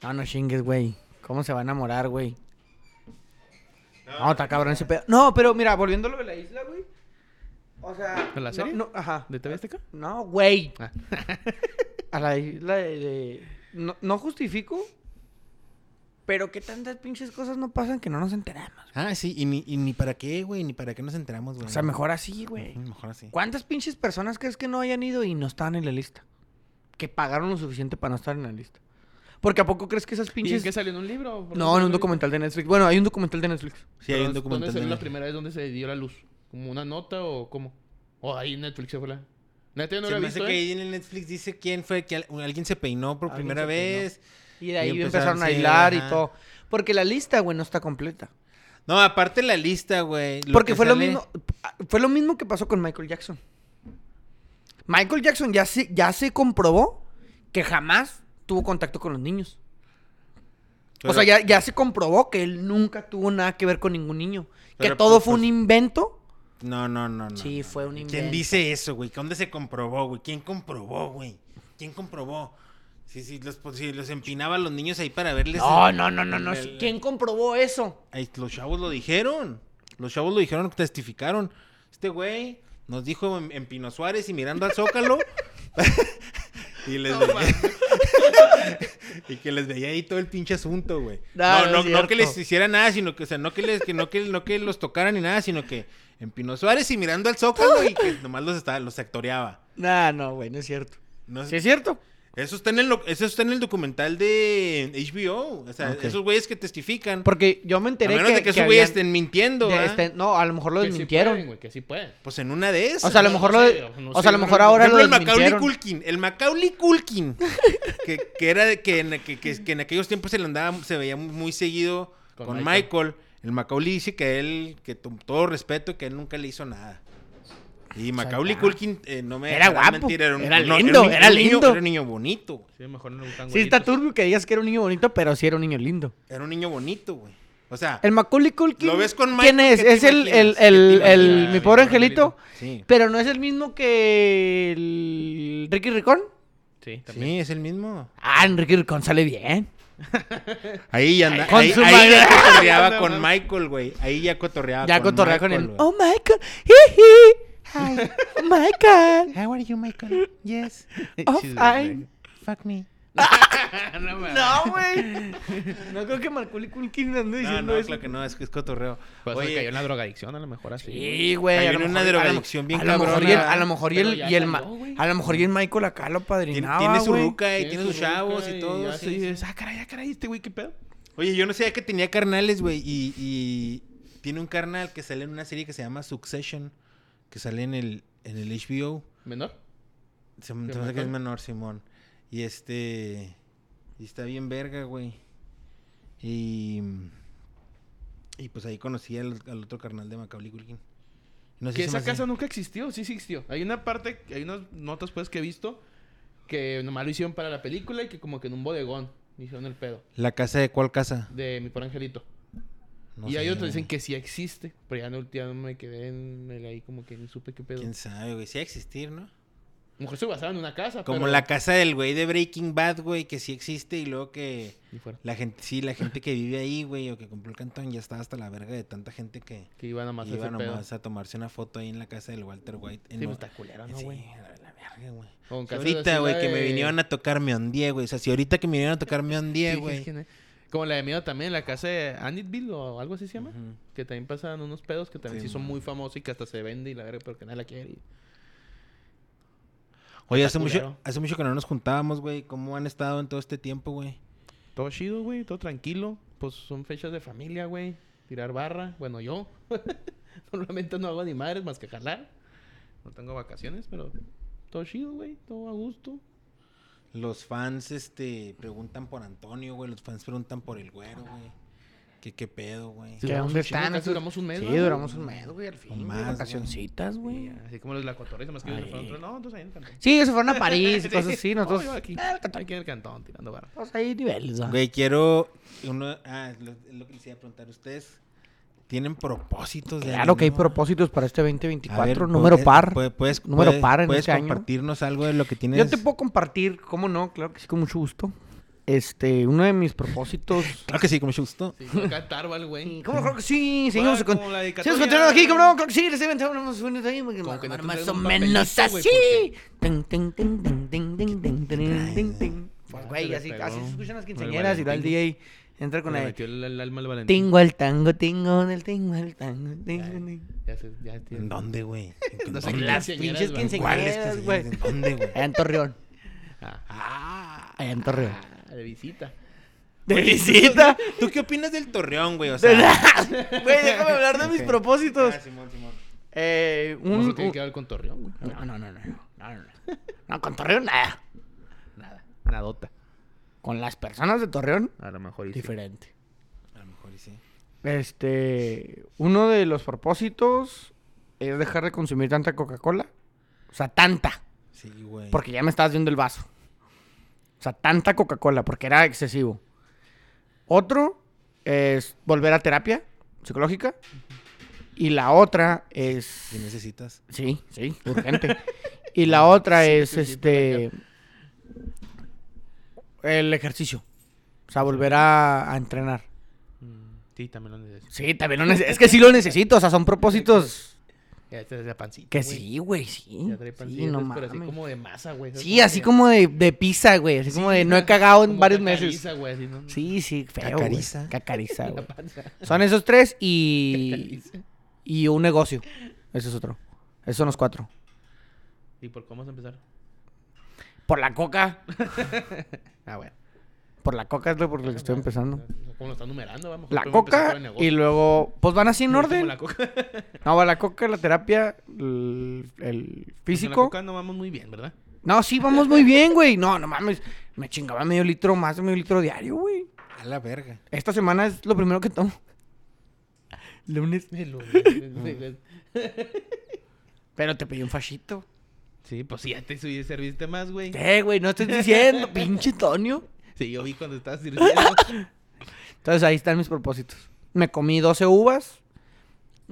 No, no chingues, güey. ¿Cómo se va a enamorar, güey? No, está cabrón ese pedo. No, pero mira, volviendo a lo de la isla, güey. O sea... ¿De la no- serie? No, ajá. ¿De TV Azteca? No, güey. Ah. A la isla de... de- No, no justifico, pero qué tantas pinches cosas no pasan que no nos enteramos. Ah, sí, y ni, y ni para qué, güey, ni para qué nos enteramos, güey. O sea, mejor así, güey. Ujú, Mejor así. ¿Cuántas pinches personas crees que no hayan ido y no estaban en la lista? Que pagaron lo suficiente para no estar en la lista. Porque ¿a poco crees que esas ¿Y pinches... en qué salió en un libro? ¿Por qué No, en un salió libro? documental de Netflix. Bueno, hay un documental de Netflix. Sí, hay un Pero, documental. ¿Dónde salió de- la primera vez donde se dio la luz? ¿Como una nota o cómo? ¿O ahí en Netflix se fue la...? Neta, yo no Se la he me hace visto, que ¿eh? ahí en el Netflix dice quién fue, que al- alguien se peinó por Alguien primera se peinó. vez. Y de ahí Y empezaron, empezaron, a sí, hilar y ajá. todo. Porque la lista, güey, no está completa. No, aparte la lista, güey. Porque que fue lo sale- mismo. Fue lo mismo que pasó con Michael Jackson. Michael Jackson ya se, ya se comprobó que jamás tuvo contacto con los niños. O sea, ya, ya se comprobó que él nunca tuvo nada que ver con ningún niño. Que Pero, todo pues, fue un pues- invento. No, no, no, no. Sí, fue un invento. ¿Quién dice eso, güey? ¿Dónde se comprobó, güey? ¿Quién comprobó, güey? ¿Quién comprobó? Si, si, los, pues, si los empinaba a los niños ahí para verles. No, el- no, no, no, no. el- ¿Quién comprobó eso? Ahí los chavos lo dijeron. Los chavos lo dijeron, testificaron. Este güey nos dijo en, en Pino Suárez y mirando al Zócalo. y les veía- y que les veía ahí todo el pinche asunto, güey. Ah, No, no no, es no que les cierto. hiciera nada, sino que, o sea, no que les, que no que, no que los tocaran ni nada, sino que en Pino Suárez y mirando al Zócalo y que nomás los estaba, los actoreaba. Nah, no, güey, no es cierto. No Sí, sé- es cierto. eso está en el lo- eso está en el documental de HBO. O sea, Ok. esos güeyes que testifican. Porque yo me a enteré menos que. de que que esos güeyes habían- estén mintiendo. de- ¿ah? este- no, a lo mejor lo Que sí pueden, desmintieron. güey, que sí pueden. Pues en una de esas. O sea, a lo No mejor sé, lo. no o sé, sea, a lo yo no- mejor Por ahora lo ejemplo, el Macaulay desmintieron. Culkin. El Macaulay Culkin. que, que era de que en, que, que- que en aquellos tiempos se le andaba, se veía muy seguido Con con, Michael. Michael. El Macaulay dice que él, que con todo respeto, que él nunca le hizo nada. Y Macaulay ya. Culkin, eh, no me Era dejará guapo, era no, ni- lindo, era un niño- lindo. Era un niño bonito, güey. Sí, mejor no le gustan Sí, está güeritos. turbio que digas que era un niño bonito, pero sí era un niño lindo. Era un niño bonito, güey. O sea, El Macaulay Culkin. Lo ves con ¿Quién Michael, es? ¿qué te Es el, el, imaginas? ¿Qué te el, el- imaginas? mi pobre angelito. sí. Pero no es el mismo que el Ricky Ricón. Sí, también. Sí, es el mismo. Ah, el Ricky Ricón sale bien. Ahí ya anda, Con ahí, su ahí madre. ya cotorreaba No, con no. Michael, güey. Ahí ya cotorreaba Ya cotorrea con Michael, el. güey. Oh, Michael. Jiji. Hi. Michael. How are you, Michael? Yes. Eh, Oh, She's fine. Fuck me. no, mames. No, güey. No creo que Macaulay Culkin ande No, diciendo no, eso. claro que no, es que es cotorreo. Pues Oye, cayó en la drogadicción, a lo mejor así. Sí, güey. a Cayó lo en una mejor- a lo- drogadicción bien a lo mejor cabrona. y el- A lo mejor y Pero el, ya y el ma- salió, güey. a lo mejor y el Michael acá lo Tiene, padrinaba, tiene su güey. ruca y tiene sus chavos y todo. Ya, sí, sí, sí. dices, ah, caray, ah, caray, este güey, qué pedo. Oye, yo no sabía que tenía carnales, güey. Y, y tiene un carnal que sale en una serie que se llama Succession, que sale en el, en el HBO. Menor. Se me ¿De se me hace que es Michael? menor, Simón. Y este. Y está bien verga, güey. Y. Y pues ahí conocí al, al otro carnal de Macaulay Culkin. No sé que si se me esa hace- casa nunca existió, sí, sí existió. Hay una parte, hay unas notas pues que he visto que nomás lo hicieron para la película y que como que en un bodegón hicieron el pedo ¿La casa de cuál casa? de mi por angelito. No y hay sé, otros que dicen güey. que sí existe, pero ya no, ya no me quedé en el ahí como que ni supe qué pedo. Quién sabe, güey. Sí va a existir, ¿no? Mujer se basaba en una casa, Como pero- la casa del güey de Breaking Bad, güey, que sí existe y luego que. y fuera, La gente, sí, la gente que vive ahí, güey, o que compró el cantón, ya estaba hasta la verga de tanta gente que que iban a más iba ese pedo. nomás a tomarse una foto ahí en la casa del Walter White. Sí, en pues Nue- está culero, ¿no, Sí, güey? la- la verga, güey. O en Si casas ahorita, así, güey, la que me de- vinieron a tocar me hundí, güey. O sea, si ahorita que me vinieron a tocar me hundí, Sí, sí, güey. sí, sí. Como la de miedo también, la casa de Annitville o algo así se llama. Ujú. Que también pasan unos pedos que también sí, Sí, son man. muy famosos y que hasta se vende y la verga, pero que nadie la quiere. y- Oye, hace Está mucho, culero. hace mucho que no nos juntábamos, güey. ¿Cómo han estado en todo este tiempo, güey? Todo chido, güey, todo tranquilo. Pues son fechas de familia, güey. Tirar barra. Bueno, yo. Normalmente no hago ni madres más que jalar. No tengo vacaciones, pero todo chido, güey. Todo a gusto. Los fans, este, preguntan por Antonio, güey. Los fans preguntan por el güero, güey. ¿Qué, qué pedo, güey? ¿Qué, Duramos dónde un chingo, están? casi duramos un mes, Ah, Sí, ¿no? duramos un mes, güey, al fin. más, güey, güey. vacacioncitas, Y, güey. así como los de la cotorriza, más que ellos se fueron a otro- No, entonces ahí en el cantón. Sí, ellos se fueron a París y cosas así. Sí. Nosotros, Oh, yo aquí. Aquí en el cantón, tirando barra. nosotros ahí Pues niveles, ¿va? Güey, quiero... Uno, ah, es lo, es lo que les iba a preguntar. ¿Ustedes tienen propósitos de Claro que hay año nuevo? propósitos para este 2024, A ver, número pu- eh, par. pu- Puedes, Número puedes- par en puedes este año. compartirnos algo de lo que tienes. Yo te puedo compartir, cómo no, claro que sí, con mucho gusto. Este, uno de mis propósitos. Claro que sí, con mucho gusto. Sí, fue acá Tarbal, güey. ¿Cómo no? Creo que sí. Seguimos, Bueno, con, como la seguimos dedicatoria. continuando aquí, ¿cómo no? Creo que sí. Les unos unos ahí. porque Como que no más- te más traigo o un menos papelito, güey, así. Tin, tin, tin, tin, tin, tin, tin, tin, tin, tin. Pues, Ya güey, te así, despegó. así se escuchan las Con el quinceañeras y va el Valentín. DJ. Entra con Le el metió el, el alma al Valentín. Tingo al tango, tingo del tingo al tango, tingo al tingo. Ya se, ya se- ¿En dónde, güey? ¿En No sé, dónde? Las quinceañeras, güey. pinches ¿Cuáles quinceañeras, güey. quinceañeras? ¿En dónde, güey? Allá en Torreón. Ah, Ah. Allá en Torreón. ah, de visita. De visita. ¿Tú qué opinas del torreón, güey? O sea, Güey, déjame hablar de mis Ok. propósitos. Ah, Simón, Simón. Eh, un... No se tiene un- que ver con Torreón, güey. No, no, no, no, no, no, no. No, con Torreón nada. Nada. Nadota. Con las personas de Torreón, A lo mejor y sí. diferente. A lo mejor y sí. Este, uno de los propósitos es dejar de consumir tanta Coca-Cola. O sea, tanta. Sí, güey. Porque ya me estabas viendo el vaso. O sea, tanta Coca-Cola, porque era excesivo. Otro es volver a terapia psicológica. Y la otra es... ¿Qué necesitas? Sí, sí, urgente. y la otra es este el ejercicio. O sea, volver a, a entrenar. Mm, Sí, también lo necesito. Sí, también lo nece- es que sí lo necesito, o sea, son propósitos Ya te la pancita. que güey. sí, güey, sí. Ya trae pancita. Sí, no entonces, pues, pero así mames. como de masa, güey. ¿sabes? Sí, así que- como de, de pizza, güey, así como de no he ¿no? cagado en como varios cacariza, meses. güey, así, ¿no? Sí, sí, feo. Cacariza. Cacariza. Cacariza, güey. panza. Son esos tres y Cacariza. y un negocio. Ese es otro. Esos son los cuatro. ¿Y por cómo vas a empezar? Por la coca. Ah, bueno. Por la coca es lo por lo que estoy empezando. ¿Cómo lo están numerando? Vamos. La coca y luego, pues van así en orden. La coca. Con la No, va la coca, la terapia, el, el físico. coca no vamos muy bien, ¿verdad? No, sí, vamos muy bien, güey. No, no mames. Me chingaba medio litro más de medio litro diario, güey. A la verga. Esta semana es lo primero que tomo. Lunes. Pero te pedí un fachito. Sí, pues sí, ya te subí, serviste más, güey. Eh, güey, no estoy diciendo, pinche Tonio. Sí, yo vi cuando estabas sirviendo. Entonces ahí están mis propósitos. Me comí 12 uvas.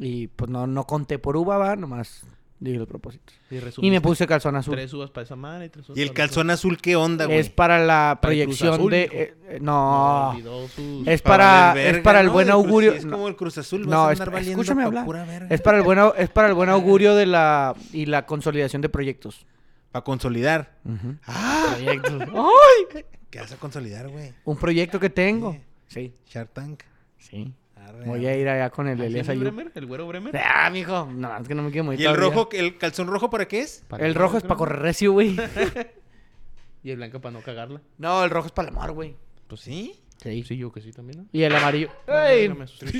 Y pues no, no conté por uva, va, nomás dije los propósitos. Y, Y me resumiste. puse calzón azul. Tres uvas para esa madre y tres uvas ¿Y el para la calzón azul qué onda, Es güey? para la Para el Cruz proyección Azul, de. hijo. eh, eh, No, no. olvidó sus- Es para, valer es verga, para el ¿no? buen Del Cruz- augurio. sí, es no, como el Cruz Azul, vas no, a es- andar valiendo escúchame pa' hablar. pura verga. Es para el buen au- es para el buen augurio de la y la consolidación de proyectos. Para consolidar. ¡Ah! Proyectos. ¡Ay! ¿Qué vas a consolidar, güey? Un proyecto que tengo. Sí, Shark Tank. sí. Arre, Voy arre. a ir allá con el ¿Ah, sí, Elías el Ayub. Bremer? ¿El güero Bremer? Ah, mijo, no, es que no me quiero morir. ¿Y el todavía. rojo, el calzón rojo para qué es? Para El no, rojo es creo. para correr recio, güey. Y el blanco para no cagarla. No, el rojo es para el amor, güey. Pues sí. Sí. Sí, yo que sí también, ¿no? Y el amarillo. Ay,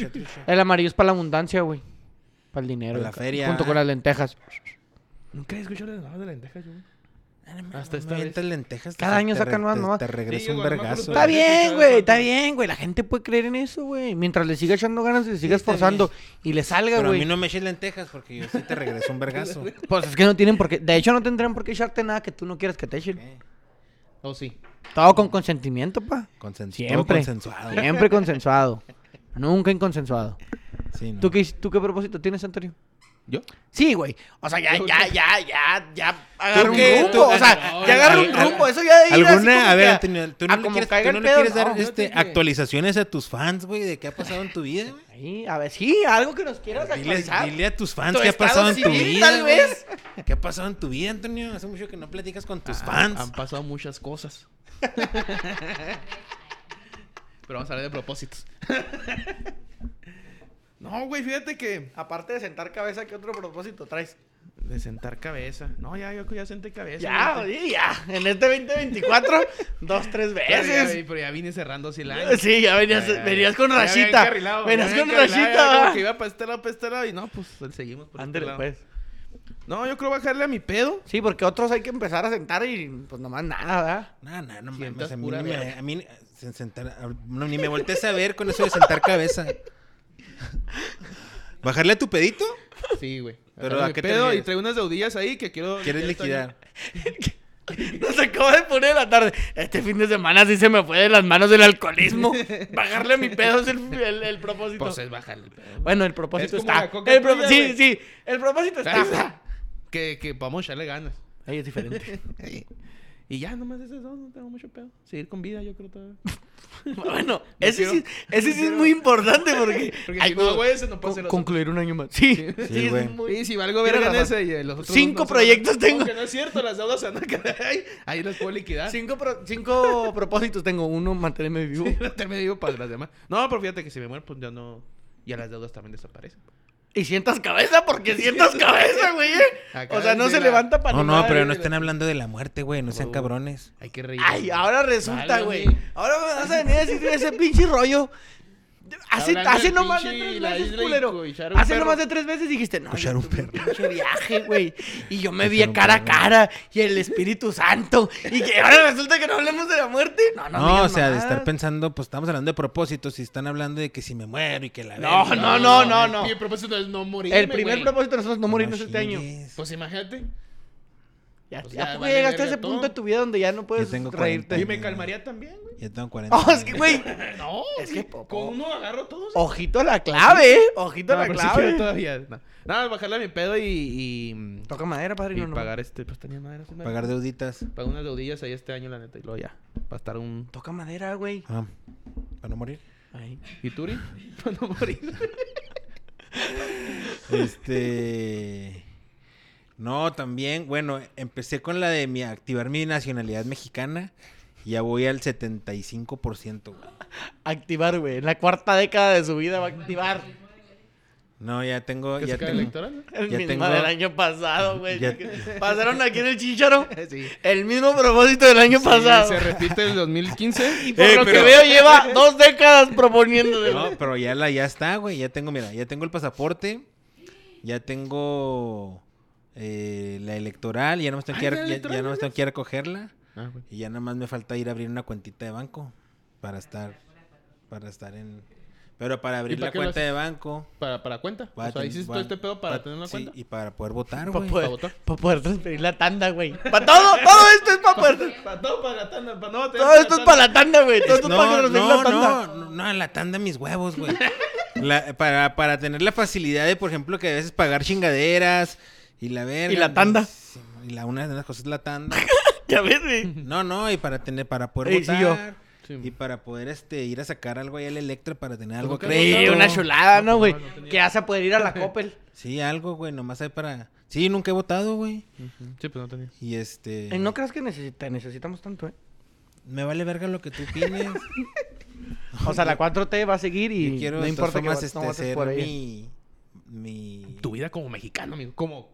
¡Ey! El amarillo es para la abundancia, güey. Para el dinero. Para la ca- feria. Junto con las lentejas. Nunca he escuchado las babas de lentejas, yo. Hasta Hasta esta esta vez. lentejas. Cada te- año te sacan re- nuevas te- nomás. Te regresa Sí, un güey, nomás vergazo. los- Está güey. bien, güey, está bien, güey. La gente puede creer en eso, güey. Mientras le siga echando ganas y le siga está esforzando y le salga, Pero a mí güey. no me eches lentejas porque yo sí te regreso un vergazo. Pues es que no tienen por qué. De hecho, no tendrán por qué echarte nada que tú no quieras que te echen. Eh, Oh, sí. Todo con consentimiento, pa. consen- todo Siempre. consensuado. Siempre consensuado. Nunca inconsensuado. Sí, no. ¿Tú qué, ¿Tú qué propósito tienes, Antonio? ¿Yo? Sí, güey. O sea, ya, ya, ya, ya, ya agarra un qué? rumbo. ¿Tú- O sea, no, ya agarra un al- al- rumbo. Eso ya de ir así como ¿Alguna? A que ver, Antonio, ¿tú no a le como quieres, caiga tú el no le pedo, quieres dar no. este, Fíjate que- actualizaciones a tus fans, güey, de qué ha pasado en tu vida, güey? Sí, a ver, sí, algo que nos quieras Dile, actualizar. dile a tus fans Tu qué ha pasado en estado tu civil, vida. tal güey. vez. ¿Qué ha pasado en tu vida, Antonio? Hace mucho que no platicas con tus Ah, fans. Han pasado muchas cosas. Pero vamos a hablar de propósitos. no, güey, fíjate que. Aparte de sentar cabeza, ¿qué otro propósito traes? De sentar cabeza. No, ya, yo ya senté cabeza. Ya, güey. oye, ya. En este 2024, dos, tres Pero ya, veces. güey, pero ya vine cerrando así el año. Sí, ya venías, Ya, ya, venías ya. con Ya venía rachita. encarrilado, Venías ya con venía encarrilado, ya rachita. como va. que iba para este lado, para este lado. Y no, pues seguimos. por este Ándale, lado. pues. No, yo creo bajarle a mi pedo. Sí, porque otros hay que empezar a sentar y pues nomás nada, ¿verdad? No, no, no Sientas mames. A mí, pura ni me, verga. a mí ni- se- sentar- a- no, ni me voltees a ver con eso de sentar cabeza. ¿Bajarle a tu pedito? Sí, güey. Pero, Bajarle ¿a mi qué te pedo y refieres? traigo unas deudillas ahí que quiero. ¿Quieres quiero liquidar? Nos acaba de poner la tarde. Este fin de semana sí se me fue de las manos del alcoholismo. Bajarle a mi pedo es el, el- el propósito. Pues es bajarle el pedo. bueno, el propósito Es como está. la coca El pro- tuya, Sí, güey. sí. El propósito ah. está. que, que vamos a echarle ganas. Ahí es diferente. Y ya, nomás esas dos, no tengo mucho pedo. Seguir con vida, yo creo todavía. Bueno, No ese quiero- sí, ese sí es quiero- muy importante porque, Porque hay si no, güey, se nos pasa el otro. concluir un año más. Sí, sí, es güey. muy- Y si valgo Tienes verga en razón. ese y los otros dos Cinco no se van proyectos a- tengo. Aunque no es cierto, las deudas se van a quedar ahí. Ahí las puedo liquidar. Cinco, pro- cinco propósitos tengo. Uno, mantenerme vivo. Te me digo para las demás. No, pero fíjate que si me muero, pues ya no. Ya las deudas también desaparecen. Y sientas cabeza porque sientas cabeza, güey. eh. Acá O sea, no desde se la- levanta para No, no, pero no güey, estén hablando de la muerte, güey. No sean Por favor. cabrones. Hay que reír. Ay, ahora resulta, Válgame. güey. Ahora me vas a venir a decir ese pinche rollo. Hace, Hablando hace del no más de pinche tres la veces, isla y culero. cochar un Hace no perro. más de tres veces dijiste, no, Cochar yo un tuve perro. pinche viaje, güey. Y yo me vi Cochar un cara a perro. cara y el Espíritu Santo. Y que ahora resulta que no hablemos de la muerte. No, no, No, o sea, de estar pensando, pues estamos hablando de propósitos y están hablando de que si me muero y que la No, verga. no, no, no, no. Mi propósito es no morir. El primer propósito de nosotros es no morirnos este año. chingues. Pues imagínate. Ya, Pues ya ya poco vale llegaste a verga ese todo. punto de tu vida donde ya no puedes tengo reírte. Y 40. me calmaría también, güey. Ya tengo 40. Oh, es que, güey, No, Es güey, que popo. con uno agarro todos. ojito a la clave, eh, ojito No, a la pero sí clave. quiero todavía. No. Nada, bajarle a mi pedo y. y Toca madera, y padrino. no. pagar este. Pues tenía madera. sí, madera. Pagar deuditas. Pagué unas deudillas ahí este año, la neta. Y luego ya. Para estar un. Toca madera, güey. Ah, para no morir. Ahí. ¿Y Turi? Para no morir. Este. No, también, bueno, empecé con la de mi, activar mi nacionalidad mexicana. y Ya voy al 75%, güey. Activar, güey. En la cuarta década de su vida va a activar. No, ya tengo. ¿Que Ya se cae tengo, electoral? El Ya mismo tengo- del año pasado, güey. Ya- Pasaron aquí en el chicharo. Sí. El mismo propósito del año pasado. se repite el 2015. Por Eh, lo que pero- veo, lleva dos décadas proponiéndole. No, pero ya la, ya está, güey. Ya tengo, mira, ya tengo el pasaporte. Ya tengo eh, la electoral. Ya no me tengo que Ay, ir, la ya, electoral, ya no más tengo que ir a cogerla. Ah, güey. Y ya nada más me falta ir a abrir una cuentita de banco. Para estar. Para estar en. Pero para abrir para la qué lo cuenta haces? de banco. Para, para cuenta. voy a o sea, ten- hiciste voy a- todo este pedo para va- tener una sí, cuenta. y para poder votar, Para güey. pa' poder, votar. pa' poder transferir la tanda, güey. Para todo, todo esto es para poder. Para todo, para la tanda. Para no, Todo esto es para la tanda, güey. Todo esto es para No, transferir no, la tanda. no, no, no, la tanda mis huevos, güey. La- para, para tener la facilidad de, por ejemplo, que a veces pagar chingaderas y la verga. Y la tanda. pues, Y la, una de las cosas es la tanda. Ya ves, güey. No, no, y para tener, para poder Ey, sí, yo. votar. Sí. Y para poder este ir a sacar algo ahí al Electra para tener algo Nunca he crédito. Sí, una chulada, ¿no, güey? no, no tenía- Que vas a poder ir a la Coppel. Sí, algo, güey, nomás hay para. Sí, nunca he votado, güey. Ujú. Sí, pues no tenía. Y este. Eh, No creas que necesita, necesitamos tanto, ¿eh? Me vale verga lo que tú opines. O sea, la 4T va a seguir Yo y quiero no de todas importa que formas, votes- no este, votes ser por ella. mi. Mi. Tu vida como mexicano, amigo. Como.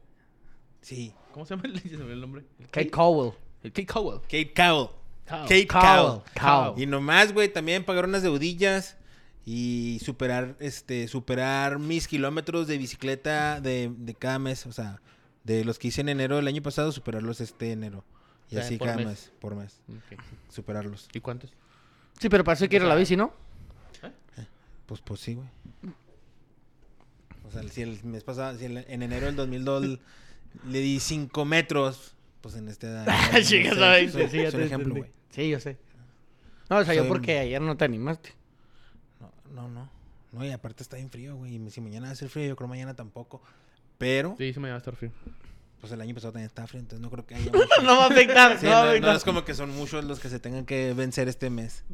Sí. ¿Cómo se llama el, se me olvidó el nombre? El Kate Cowell. El Kate Cowell. Kate Cowell. Cowell. Kate Cowell. Cowell. Cowell. Y nomás, güey, también pagar unas deudillas y superar, este, superar mis kilómetros de bicicleta de, de cada mes. O sea, de los que hice en enero del año pasado, superarlos este enero. Y Ya, así por cada mes. mes. por mes, Ok. superarlos. ¿Y cuántos? Sí, pero para eso quiero la bici, ¿no? Pues, pues sí, güey. O sea, si el mes pasado, si el- en enero del 2002 le di 5 metros, pues en este... Chicas, no sé, ¿sabes? soy- Sí, ya soy te un ejemplo, entendí. güey. Sí, yo sé. No, o sea, yo Soy- porque ayer no te animaste. No, no, no. No, y aparte está bien frío, güey. Y si mañana va a ser frío, yo creo mañana tampoco. Pero, Sí, se me llama Starfield. pues el año pasado también estaba frío, entonces no creo que haya mucho. No va a afectar, Sí, no va a no, no, afectar. es como que son muchos los que se tengan que vencer este mes.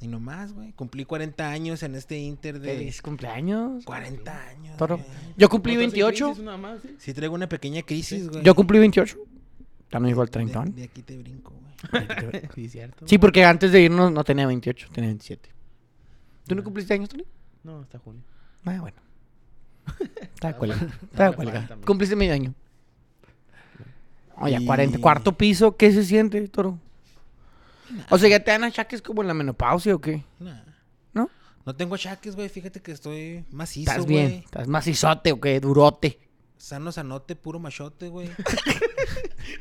Y nomás, güey. Cumplí 40 años en este Inter de. Feliz cumpleaños. 40 años. Toro. güey. Yo cumplí ¿Cuántos 28. crisis? Una más, sí. Sí, traigo una pequeña crisis, güey. Yo cumplí 28. También igual de, 30. de aquí te brinco, güey. Sí, cierto. Sí, porque antes de irnos no tenía 28, tenía 27. Ah. ¿Tú no cumpliste años, Tony? No, hasta junio. Ah, bueno. Estaba Ah, cuelga. bueno. Estaba Ah, cuelga. también. Cumpliste medio año. Oye, Y- 40, cuarto piso, ¿qué se siente, toro? O sea, ¿ya te dan achaques como en la menopausia o qué? Nah. ¿No? No tengo achaques, güey. Fíjate que estoy macizo, ¿Estás güey. bien? ¿Estás macizote o qué? Durote. Sano, sanote, puro machote, güey.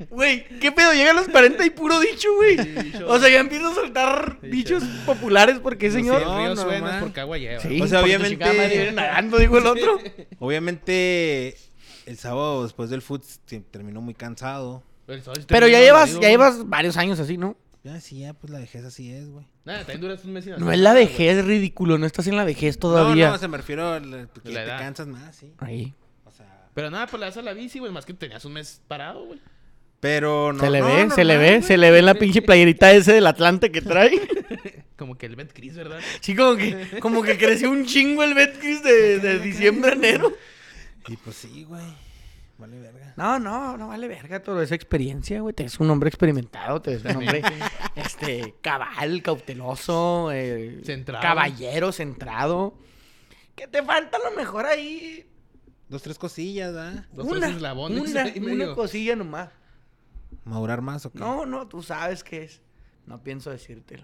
Güey, ¿qué pedo? Llega a los 40 y puro dicho, güey. dicho. O sea, ya empiezo a soltar Dicho. dichos populares porque, señor. No, El río normal. suena porque agua lleva. Sí, O sea, por su obviamente- chingada madre viene nadando, digo el otro. Obviamente, el sábado después del foot sí, terminó muy cansado. El sol está Pero ya bien llevas, dolorido, ya güey. llevas varios años así, ¿no? Ya, sí, ya, pues la vejez así es, güey. Nada, también duras un mes sin No hacer es la nada, vejez, es ridículo. No estás en la vejez todavía. No, no, se me refiero a la- que La te edad. cansas más, sí. Ahí. O sea, güey. Pero nada, pues le das a la bici, güey. Más que tenías un mes parado, güey. pero no. se le no, ve, se normal, le ve, güey. se le ve en la pinche playerita ese del Atlante que trae. Como que el Bet Chris, ¿verdad? Sí, como que, como que creció un chingo el Betcris de, de diciembre a enero. Y pues sí, güey. Vale, verga. No, no, no vale verga todo esa experiencia, güey. Te ves un hombre experimentado, te ves un hombre este, cabal, cauteloso, eh, Centrado. caballero, centrado. Que te falta a lo mejor ahí Dos, tres cosillas, ¿ah? Dos, una, tres eslabones una, ahí una medio. cosilla nomás. ¿Madurar más o qué? No, no, tú sabes qué es. No pienso decírtelo.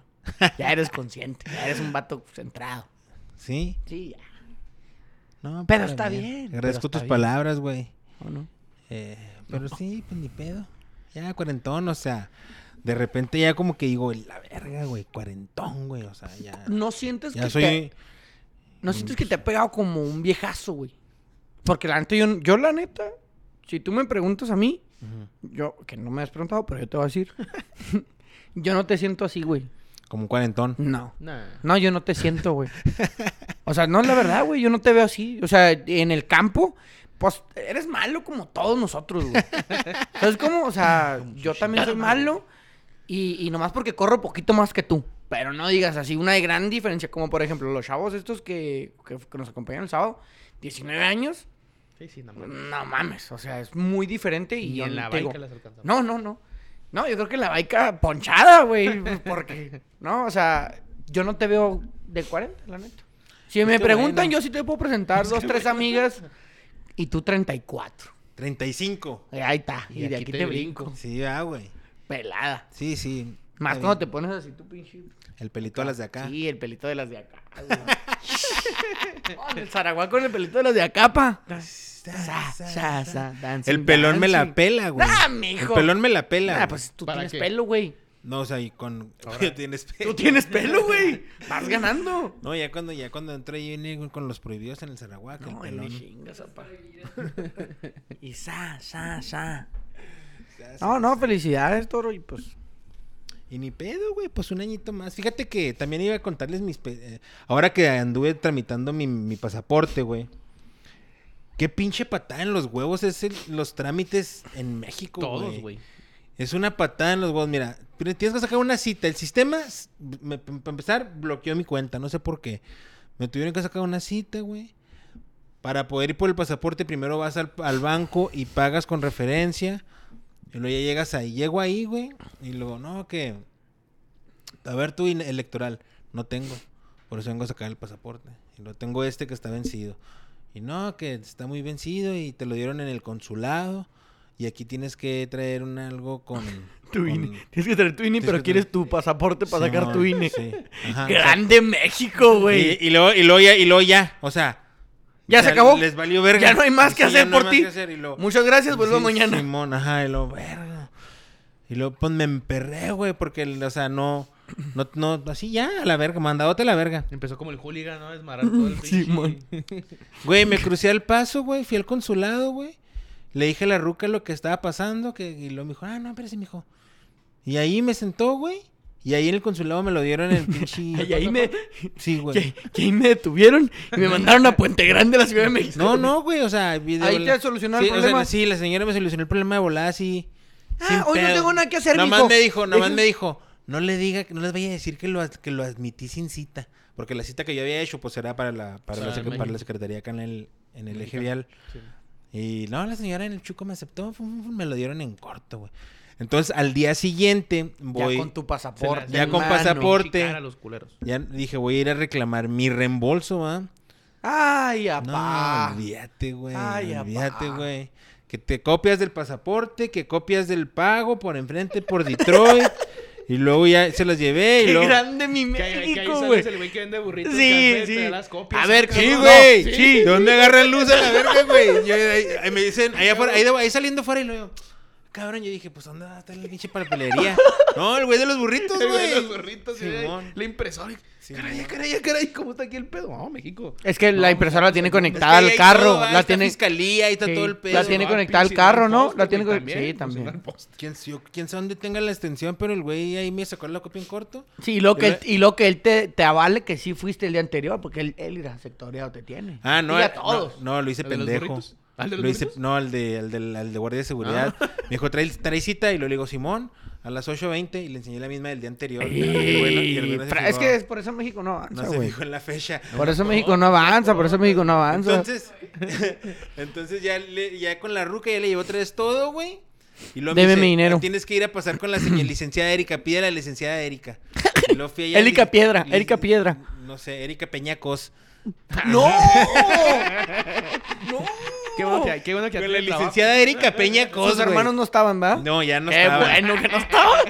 Ya eres consciente, ya eres un vato centrado. Sí. Sí, ya. No, Pero pues, está también. bien, pero Agradezco está tus bien. palabras, güey. ¿O no? Eh, pero sí, pues ni pedo. Ya, cuarentón, o sea. De repente ya como que digo, la verga, güey, cuarentón, güey. O sea, ya. ¿No sientes Ya que soy. te... ¿No sientes que te ha pegado como un viejazo, güey? Porque la neta, yo, yo la neta, si tú me preguntas a mí, Yo, que no me has preguntado, pero yo te voy a decir. yo no te siento así, güey. Como un cuarentón. No. Nah. No, yo no te siento, güey. O sea, no, la verdad, güey, yo no te veo así. O sea, en el campo, pues eres malo como todos nosotros, güey. ¿Sabes cómo? O sea, yo también soy malo y, y nomás porque corro poquito más que tú. Pero no digas así una gran diferencia, como por ejemplo los chavos estos que, que- que nos acompañan el sábado, 19 años, Sí, sí, nada más. no mames, o sea, es muy diferente y, Y yo en la te digo, baica las alcanzamos. no, no, no. No, yo creo que la baica ponchada, güey. Porque, no, o sea, yo no te veo de 40, la neta. Si me que preguntan, bueno. yo sí te puedo presentar dos, tres amigas y tú 34. 35. Eh, Ahí está. Y, de aquí, te, brinco. Sí, ah, güey. Pelada. Sí, sí. Más Está bien. cuando te pones así tu pinche. El pelito a las de acá. Sí, el pelito de las de acá. güey. Con el Zaraguá con el pelito de las de acá, pa. Sa, sa, sa, dancing, El pelón me la dancing. pela, güey. Ah, mijo. El pelón me la pela. Ah, güey. pues tú ¿Para tienes qué? pelo, güey. No, o sea, y con. tienes pelo. Tú tienes pelo, güey. Vas ganando. No, ya cuando, ya cuando entré yo en- con los prohibidos en el Zaraguac, el No, el pelón. chingas, apa. Y sa, sa, sa. No, no, felicidades, toro. Y pues, Y ni pedo, güey, pues un añito más. Fíjate que también iba a contarles mis... pe- eh, ahora que anduve tramitando mi, mi pasaporte, güey. Qué pinche patada en los huevos es el- los trámites en México, güey. Todos, güey. Es una patada en los huevos, mira. pero Tienes que sacar una cita. El sistema, s- me- para empezar, bloqueó mi cuenta, no sé por qué. Me tuvieron que sacar una cita, güey. Para poder ir por el pasaporte, primero vas al, al banco y pagas con referencia. Y luego ya llegas ahí. Llego ahí, güey. Y luego, no, que... A ver, tu INE electoral. No tengo. Por eso vengo a sacar el pasaporte. Y lo tengo este que está vencido. Y no, que está muy vencido y te lo dieron en el consulado. Y aquí tienes que traer un algo con... tu con- INE. Tienes que traer tu INE, Tienes pero que quieres traer- tu pasaporte para sacar Simón, tu E. INE. sí. Ajá, Grande México, y, güey. y luego, y luego ya, y luego ya, o sea. ¿Ya se acabó? Les valió verga. Ya no hay más Sí, que ya hacer no hay por más ti. que hacer, y luego- Muchas gracias, vuelvo sí, mañana. Simón, ajá, y luego, verga. Y luego, pues, me emperré, güey, porque, o sea, no, no, no, así ya, a la verga, mandadote a la verga. Empezó como el hooligan, ¿no? Desmarar todo el Sí, pinche- man. Güey, me crucé al paso, güey, fui al consulado, güey. Le dije a la ruca lo que estaba pasando, que, y luego me dijo, ah, no, espérese, mijo. Y ahí me sentó, güey, y ahí en el consulado me lo dieron en el pinche... Y ahí me, Sí, güey. que, que ahí me detuvieron y me mandaron a Puente Grande, la Ciudad de México. No, no, güey, o sea... video- Ahí te solucionaron el Sí, o sea, problema. sí, la señora me solucionó el problema de volada, sí. Ah, sin hoy no pedo. tengo nada que hacer, Nomás mijo. me dijo, nomás Dejen- me dijo, no le diga, no les vaya a decir que lo, ad- que lo admití sin cita. Porque la cita que yo había hecho, pues, era para la, para O Ah, la, sea, sec- en para la México. secretaría acá en el, en el eje Mexicano. vial. Sí. Y no, la señora en el chuco me aceptó, fum, fum, fum, me lo dieron en corto, güey. Entonces, al día siguiente voy... Ya con tu Se la- pasaporte. se Ya la- con hermano. pasaporte. pinche cara a los culeros. Ya dije, voy a ir a reclamar mi reembolso, ¿ah? Ay, No, apá. olvídate, güey. Ay, olvídate, apá. güey. Que te copias del pasaporte, que copias del pago por enfrente por Detroit. y luego ya se las llevé y Qué luego. grande mi Que ahí- que ahí México, sales güey. el güey que vende burritos. Sí, café, te sí. da las copias, A ver, acá, Sí, No, cabrón. güey. sí. sí. ¿De dónde agarran luz a la verga, güey? Yo ahí, ahí me dicen, ahí, afuera, ahí, de- ahí saliendo fuera y luego. Cabrón, yo dije, pues ¿dónde va a estar la pinche papelería? No, el güey de los burritos, El güey de los güey. burritos, y Simón. ahí, la impresora. y- Simón. Caray, caray, caray, ¿cómo está aquí el pedo? No, México. Es que la impresora la tiene Es que conectada ahí al hay carro. todo, ahí la está tiene. fiscalía, ahí está Sí, todo el pedo. la tiene Ah, conectada al pinche Hernán carro, ¿no? Post, La güey, pues, tiene con- sí, también. Hernán Post. ¿Quién, yo- quién sabe dónde tenga la extensión, pero el güey ahí me sacó la copia en corto. Sí, y lo que, Yo él, y lo que él te, te avale que sí fuiste el día anterior, porque él, él era sectoriado, te tiene. Ah, no, Y eh, a todos. No, no, lo hice ¿Al de los pendejo. burritos? ¿Al de los Lo hice- burritos? no, al de, al, del- al de guardia de seguridad. Ah. Me dijo, trae, trae cita y lo le digo, Simón, a las 8.20 y le enseñé la misma del día anterior. Y el güey no- y el güey no se Tra- fijó- es que es por eso México no no avanza, se güey. fijó en la fecha. por eso México no avanza, por eso México no avanza. Entonces, entonces ya, le- ya con la ruca ya le llevó otra vez todo, güey. Y luego me Deme dice, mi dinero. Tienes que ir a pasar con la señora licenciada Erika. Pide a la licenciada Erika. Y luego fui allá y Erika lic- Piedra, lic- Erika Piedra. No sé, Erika Peñacos. ¡No! Qué bueno que, qué bueno que Con aquí la el trabajo- licenciada Erika Peñacos. Sus hermanos no estaban, ¿verdad? No, ya no Qué estaba. bueno que no estaban.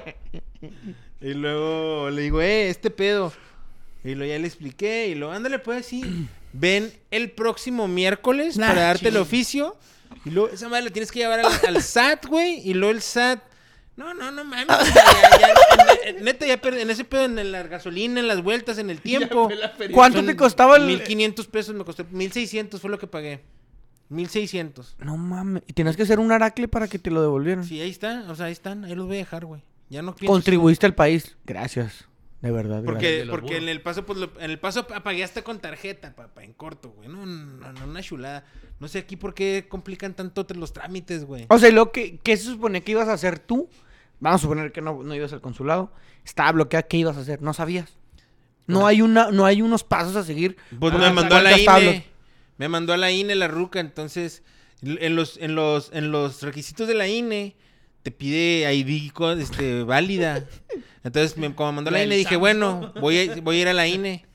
Y luego le digo, eh, este pedo. Y lo ya le expliqué. Y lo, ándale, pues sí. Ven el próximo miércoles Nah, para darte el ching. oficio. Y luego, esa madre la tienes que llevar al, al SAT, güey. Y luego el SAT. No, no, no mames. Ah. o sea, ya- ya- en- en- neta, ya perdí- en ese pedo, en la gasolina, en las vueltas, en el tiempo. Ya fue la feria. ¿Cuánto te costaba el...? 1500 pesos, me costó 1600 fue lo que pagué. 1600. No mames. Y tenías que hacer un aracle para que te lo devolvieran. Sí, ahí está. O sea, ahí están. Ahí los voy a dejar, güey. Ya no pienso. Contribuiste al país. Gracias. De verdad. gracias. Porque, de los porque burros. en el paso, pues, lo- en el paso pagué hasta con tarjeta, papá, en corto, güey. No, no, no, una chulada. No sé aquí por qué complican tanto te- los trámites, güey. O sea, lo que, que se supone que ibas a hacer tú, vamos a suponer que no, no ibas al consulado, estaba bloqueada, ¿qué ibas a hacer? No sabías. No hay una, no hay unos pasos a seguir. Pues Ah, me o mandó sea, a la E. ¿cuántas INE. tablas? Me mandó a la INE la ruca, entonces en los en los en los requisitos de la INE te pide ID co- este válida. Entonces, me- como me mandó la La INE del dije, Samsung. bueno, voy a, voy a ir a la E". INE.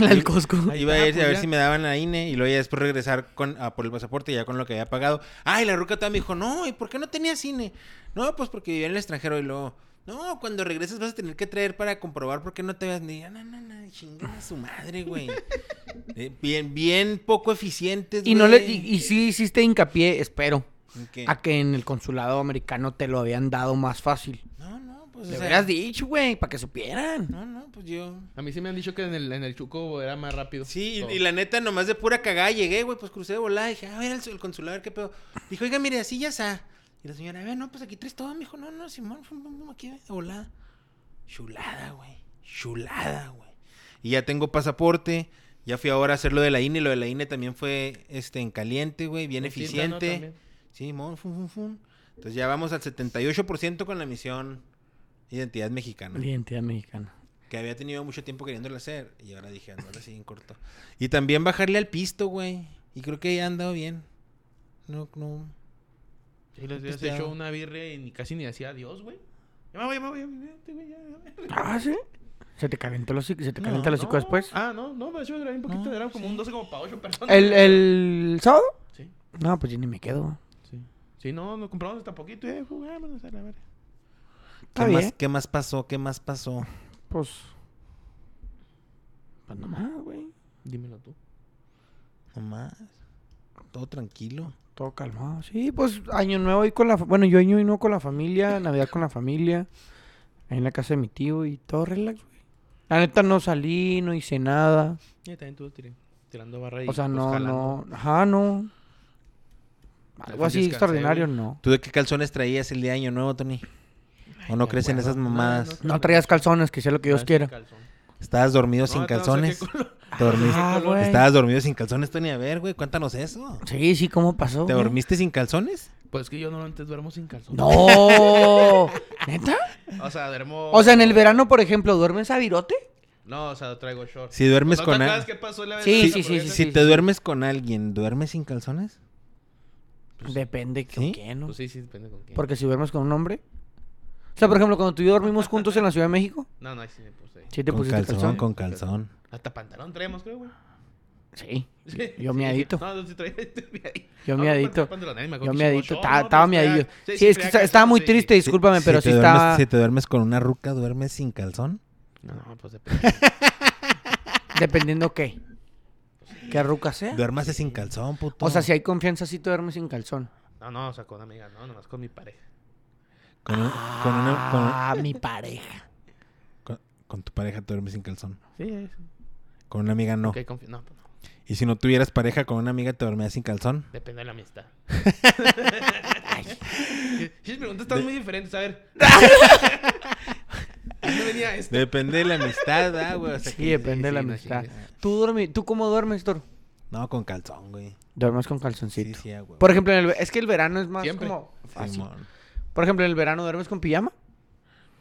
La del Costco. Ahí Iba a está, ir pues, a ver ya. si me daban la INE y luego ya después regresar con, a por el pasaporte ya con lo que había pagado. Ah, y la ruca todavía me dijo, no, ¿y por qué no tenías INE? No, pues porque vivía en el extranjero y luego, no, cuando regreses vas a tener que traer para comprobar por qué no te habías... Ni, no, no, no, chinguen a su madre, güey. Eh, bien, bien poco eficientes, Y no le, güey. y, y sí hiciste hincapié, espero, ¿En qué? a que en el consulado americano te lo habían dado más fácil. No, no, pues... o Le sea, hubieras dicho, güey, para que supieran. No, no, pues yo... A mí sí me han dicho que en el, en el Chuco era más rápido. Sí, todo. y, y la neta, nomás de pura cagada llegué, güey, pues crucé de volada. Dije, a ver, el, el consulado, a ver qué pedo. Dijo, oiga, mire, así ya está. Y la señora, a ver, no, pues aquí traes todo. Me dijo, no, no, Simón, fum, fum, fum, aquí de volada. Chulada, güey. Chulada, güey. Y ya tengo pasaporte. Ya fui ahora a hacer lo de la INE. Lo de la INE también fue este, en caliente, güey, bien Un tinta, ¿no? eficiente. También. Sí, mon, fum, fum, fum. Entonces ya vamos al 78% con la misión Identidad Mexicana La Identidad mexicana. que había tenido mucho tiempo queriéndolo hacer y ahora dije, no, ahora sí en corto. Y también bajarle al pisto, güey. Y creo que ya ha andado bien. No, no. Y les habías Pisteado. hecho una birria y ni- casi ni hacía adiós, güey. Ya me voy, ya me voy, ya me voy, güey, ya, ya. Ah, sí. Se te calentó los se te No, calienta los hocico después. Ah, no, no, Eh, me hecho un poquito, No, era como un 12 como para 8 personas. ¿El, el sábado? Sí, No, pues yo ni me quedo. sí. Sí, no, nos compramos hasta poquito, eh, jugámonos a la verga. Está ¿Qué bien. más, ¿Qué más pasó? ¿Qué más pasó? Pues. Pues nomás, güey. Dímelo tú. Nomás. Todo tranquilo. Todo calmado. Sí, pues año nuevo y con la. fa- Bueno, yo año nuevo con la familia, Navidad con la familia. Ahí en la casa de mi tío y todo relax, güey. La neta no salí, no hice nada. Ya también tú tir- tirando barra y O sea, pues, no, jalando. no. Ajá, no. Algo fin así descansé, extraordinario, güey. no. ¿Tú de qué calzones traías el día de Año Nuevo, Tony? ¿O no de crees en hueva. esas No, no, mamadas? no. No traías calzones, que sea lo que Dios Sin quiera. calzón. ¿Estabas dormido No, sin ahorita no sé calzones? qué color. ¿Dormiste- Ah, güey. ¿Estabas dormido sin calzones, Tony? A ver, güey, cuéntanos eso. Sí, sí, ¿cómo pasó? ¿Te güey? dormiste sin calzones? Pues es que yo normalmente duermo sin calzón. No. ¿Neta? O sea, duermo. O sea, en el verano, por ejemplo, ¿duermes a virote? No, o sea, traigo short. Si duermes Pues ¿No con te a- acuerdas qué pasó la vez? Sí, de sí, las sí, sí, Si hamburguesas? sí. te duermes con alguien, ¿duermes sin calzones? Depende con ¿Sí? quién, ¿no? Pues sí, sí, depende con quién. Porque si duermes con un hombre. O sea, por ejemplo, cuando tú y yo dormimos juntos en la Ciudad de México, No, no, ahí sí me puse. ¿sí te con pusiste calzón, calzón? con calzón. Hasta pantalón traemos, creo, güey. Sí. Sí, Yo sí. miadito. No, no, sí traía. estoy miadito. Yo No, miadito. pantalón, ay, me acuerdo Yo que me hicimos adicto. short, Estaba, no, estaba pues, traía- miadito. sí, Sí, es traía que está- estaba calzón, muy sí. triste, discúlpame, Si- pero si sí te duermes- estaba. Si te duermes con una ruca, ¿duermes sin calzón? No, pues depende. Dependiendo qué. Qué ruca sea. Duérmase sin calzón, puto. O sea, si hay confianza, sí te duermes sin calzón. No, no, o sea, con amigas, no, nomás con mi pareja. Con, un- con una- con- Ah, mi pareja. con- con tu pareja te duermes sin calzón. Sí, es. Con una amiga no. Ok, confío. No, pues no. Y si no tuvieras pareja con una amiga, te dormías sin calzón. Depende de la amistad. Esas preguntas están muy diferentes, a ver. Ahí no venía esto. Depende de la amistad, ah, güey. O sea, Sí, que- depende de sí, la no amistad. chingues. ¿Tú, dormi- ¿Tú cómo duermes, Thor? No, con calzón, güey. Duermes con Sí, calzoncito. sí, ah, güey. Por ejemplo, en el ve- es que el verano es más Siempre. como fácil. Simón. Por ejemplo, en el verano duermes con pijama.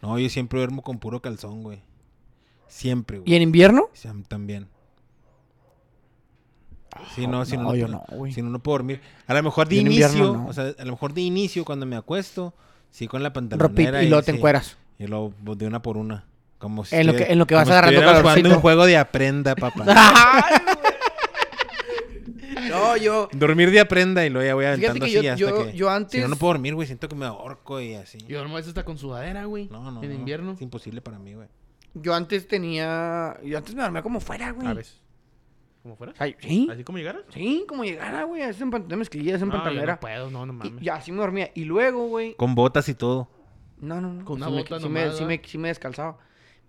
No, yo siempre duermo con puro calzón, güey. Siempre, güey. ¿Y en invierno? Sam también. Sí, no, si no, Ah, no, yo puedo- no, güey. Si no, no puedo dormir. A lo mejor de Yo en inicio, invierno no. o sea, a lo mejor de inicio cuando me acuesto, sí con la Ropi, pantalonera. y luego te sí, encueras. Y luego pues, de una por una. Como si En lo estuviera- que- en lo que vas como si agarrando estuviéramos jugando calorcito. Ah. un juego de aprenda, papá. ¡Ay, güey! No, yo. Dormir de aprenda y luego ya voy aventando que así yo- hasta yo- que... yo antes- Si no, no puedo dormir, güey. Siento que me ahorco y así. Yo duermo a veces hasta con sudadera, güey. No, no, En no, invierno. Es imposible para mí, güey. Yo antes tenía. Yo antes me dormía como fuera, güey. A veces. ¿Cómo fuera? O sea, sí. ¿Así como llegaras? Sí, como llegara, güey. A veces en pantalón mezclilla, a veces en No, yo pantalonera. no puedo, no, no mames. y, y así me dormía. Y luego, güey. Con botas y todo. No, no, no. Con sí una me- bota sí me, nomás, sí, me, sí me descalzaba.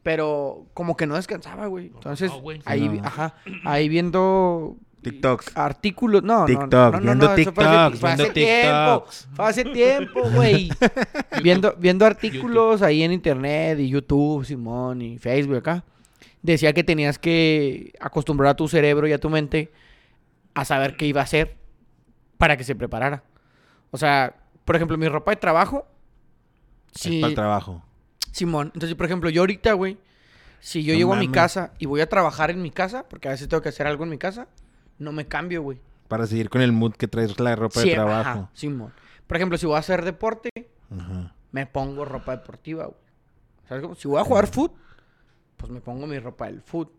Pero como que no descansaba, güey. Entonces, no, güey. ahí, No, no. ajá, ahí viendo TikToks. Artículos, no, TikTok, no, no, no, viendo no, eso fue hace- TikToks, fue hace viendo tiempo, TikToks. fue hace tiempo, güey. viendo, viendo artículos ahí en internet y YouTube, Simón y Facebook acá. Decía que tenías que acostumbrar a tu cerebro y a tu mente a saber qué iba a hacer para que se preparara. O sea, por ejemplo, mi ropa de trabajo. Es Si, para el trabajo. Simón, entonces, por ejemplo, yo ahorita, güey, si yo No llego a mi mames. casa y voy a trabajar en mi casa, porque a veces tengo que hacer algo en mi casa, no me cambio, güey. Para seguir con el mood que traes la ropa Sí, de ajá, trabajo. Simón. Por ejemplo, si voy a hacer deporte, Ajá. me pongo ropa deportiva, güey. ¿Sabes cómo? Si voy a jugar foot, pues me pongo mi ropa del foot.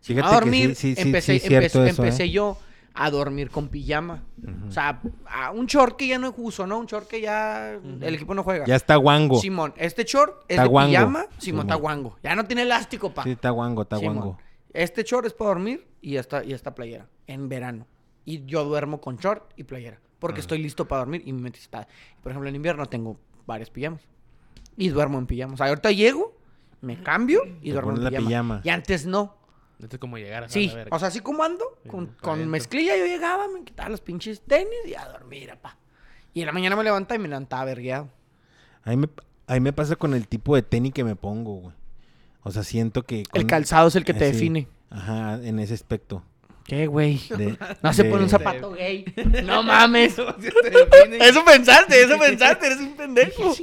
Si me voy Fíjate a que dormir, sí, sí, sí, empecé, sí, es cierto empecé- eso, ¿eh? empecé yo a dormir con pijama. O sea, a un short que ya no uso, ¿no? Un short que ya el equipo no juega. Ya está guango. Sí, Simón, este short es Está de guango. pijama. Simón, Simón. está guango. Ya no tiene elástico, pa. está guango, está Simón. guango. Este short es para dormir y esta, y esta playera en verano. Y yo duermo con short y playera porque estoy listo para dormir y mi mente está. Por ejemplo, en invierno tengo varias pijamas y duermo en pijamas. O sea, ahorita llego, me cambio y Te duermo en pones la pijama. pijama. Y antes no. Esto es como llegar a Sí, la verga. o sea, así como ando, con, para con adentro. mezclilla yo llegaba, me quitaba los pinches tenis y a dormir, apá. Y en la mañana me levantaba y me levantaba vergueado. A mí, me, a mí me pasa con el tipo de tenis que me pongo, güey. O sea, siento que... El con- Eh, calzado es el que te así. define. Ajá, en ese aspecto. ¿Qué, güey? de- No se de- pone un zapato gay. No mames. Te define. Eso pensaste, eso pensaste, eres un pendejo.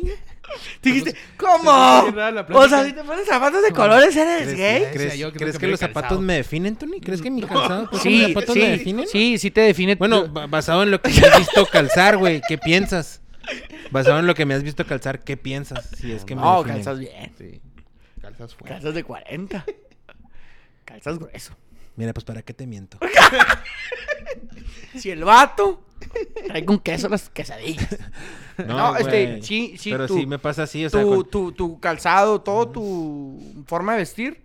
Dijiste, ¿cómo? Se puso bien rara la O plática. sea, si te pones zapatos de colores, ¿eres ¿Crees, gay? crees- Decía yo que crees que no quería los zapatos calzado. me definen, Tony? ¿Crees que mi calzado? ¿crees que mis Pues Sí, zapatos me sí, definen? sí, sí te define. Bueno, ba- basado en lo que me has visto calzar, güey, ¿qué piensas? Basado en lo que me has visto calzar, ¿qué piensas? Si es que me no, definen. calzas bien. Sí. Calzas fuera. Calzas de 40. Calzas grueso. Mira, pues para qué te miento. Si el vato trae con queso las quesadillas. No, este, güey. sí, sí, Pero tú- sí me pasa así, o sea, Tu, con- tu, tu calzado, todo tu forma de vestir.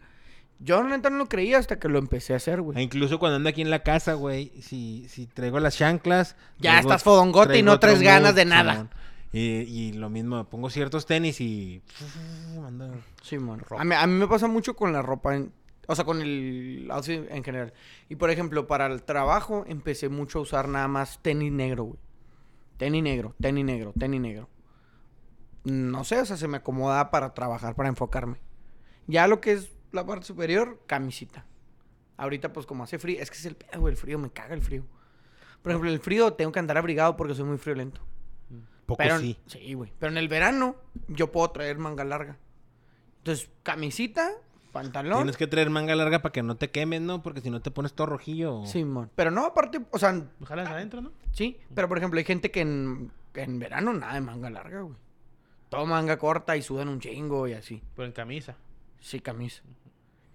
Yo neta no lo creía hasta que lo empecé a hacer, e güey. incluso cuando ando aquí en la casa, güey, si, si traigo las chanclas... Ya traigo- estás fodongote y traigo no otro traes mood, ganas de nada. Simón. Y, y lo mismo, pongo ciertos tenis y... ando- Simón. A mí, a mí me pasa mucho con la ropa, en- o sea, con el outfit en general. Y por ejemplo, para el trabajo empecé mucho a usar nada más tenis negro, güey. Tenis negro, tenis negro, tenis negro. No sé, o sea, se me acomoda para trabajar, para enfocarme. Ya lo que es la parte superior, camisita. Ahorita, pues como hace frío, es que es el pedo, güey, el frío, me caga el frío. Por ejemplo, el frío tengo que andar abrigado porque soy muy friolento. Poco Pero, Pues sí. sí, güey. Pero en el verano yo puedo traer manga larga. Entonces, camisita, pantalón. Tienes que traer manga larga para que no te quemes, ¿no? Porque si no te pones todo rojillo. Simón. Pero no, aparte, o sea, pues Jalas adentro, ¿no? sí. Pero por ejemplo, hay gente que en, que en verano nada de manga larga, güey. Todo manga corta y sudan un chingo y así. Pero en camisa. Sí, camisa.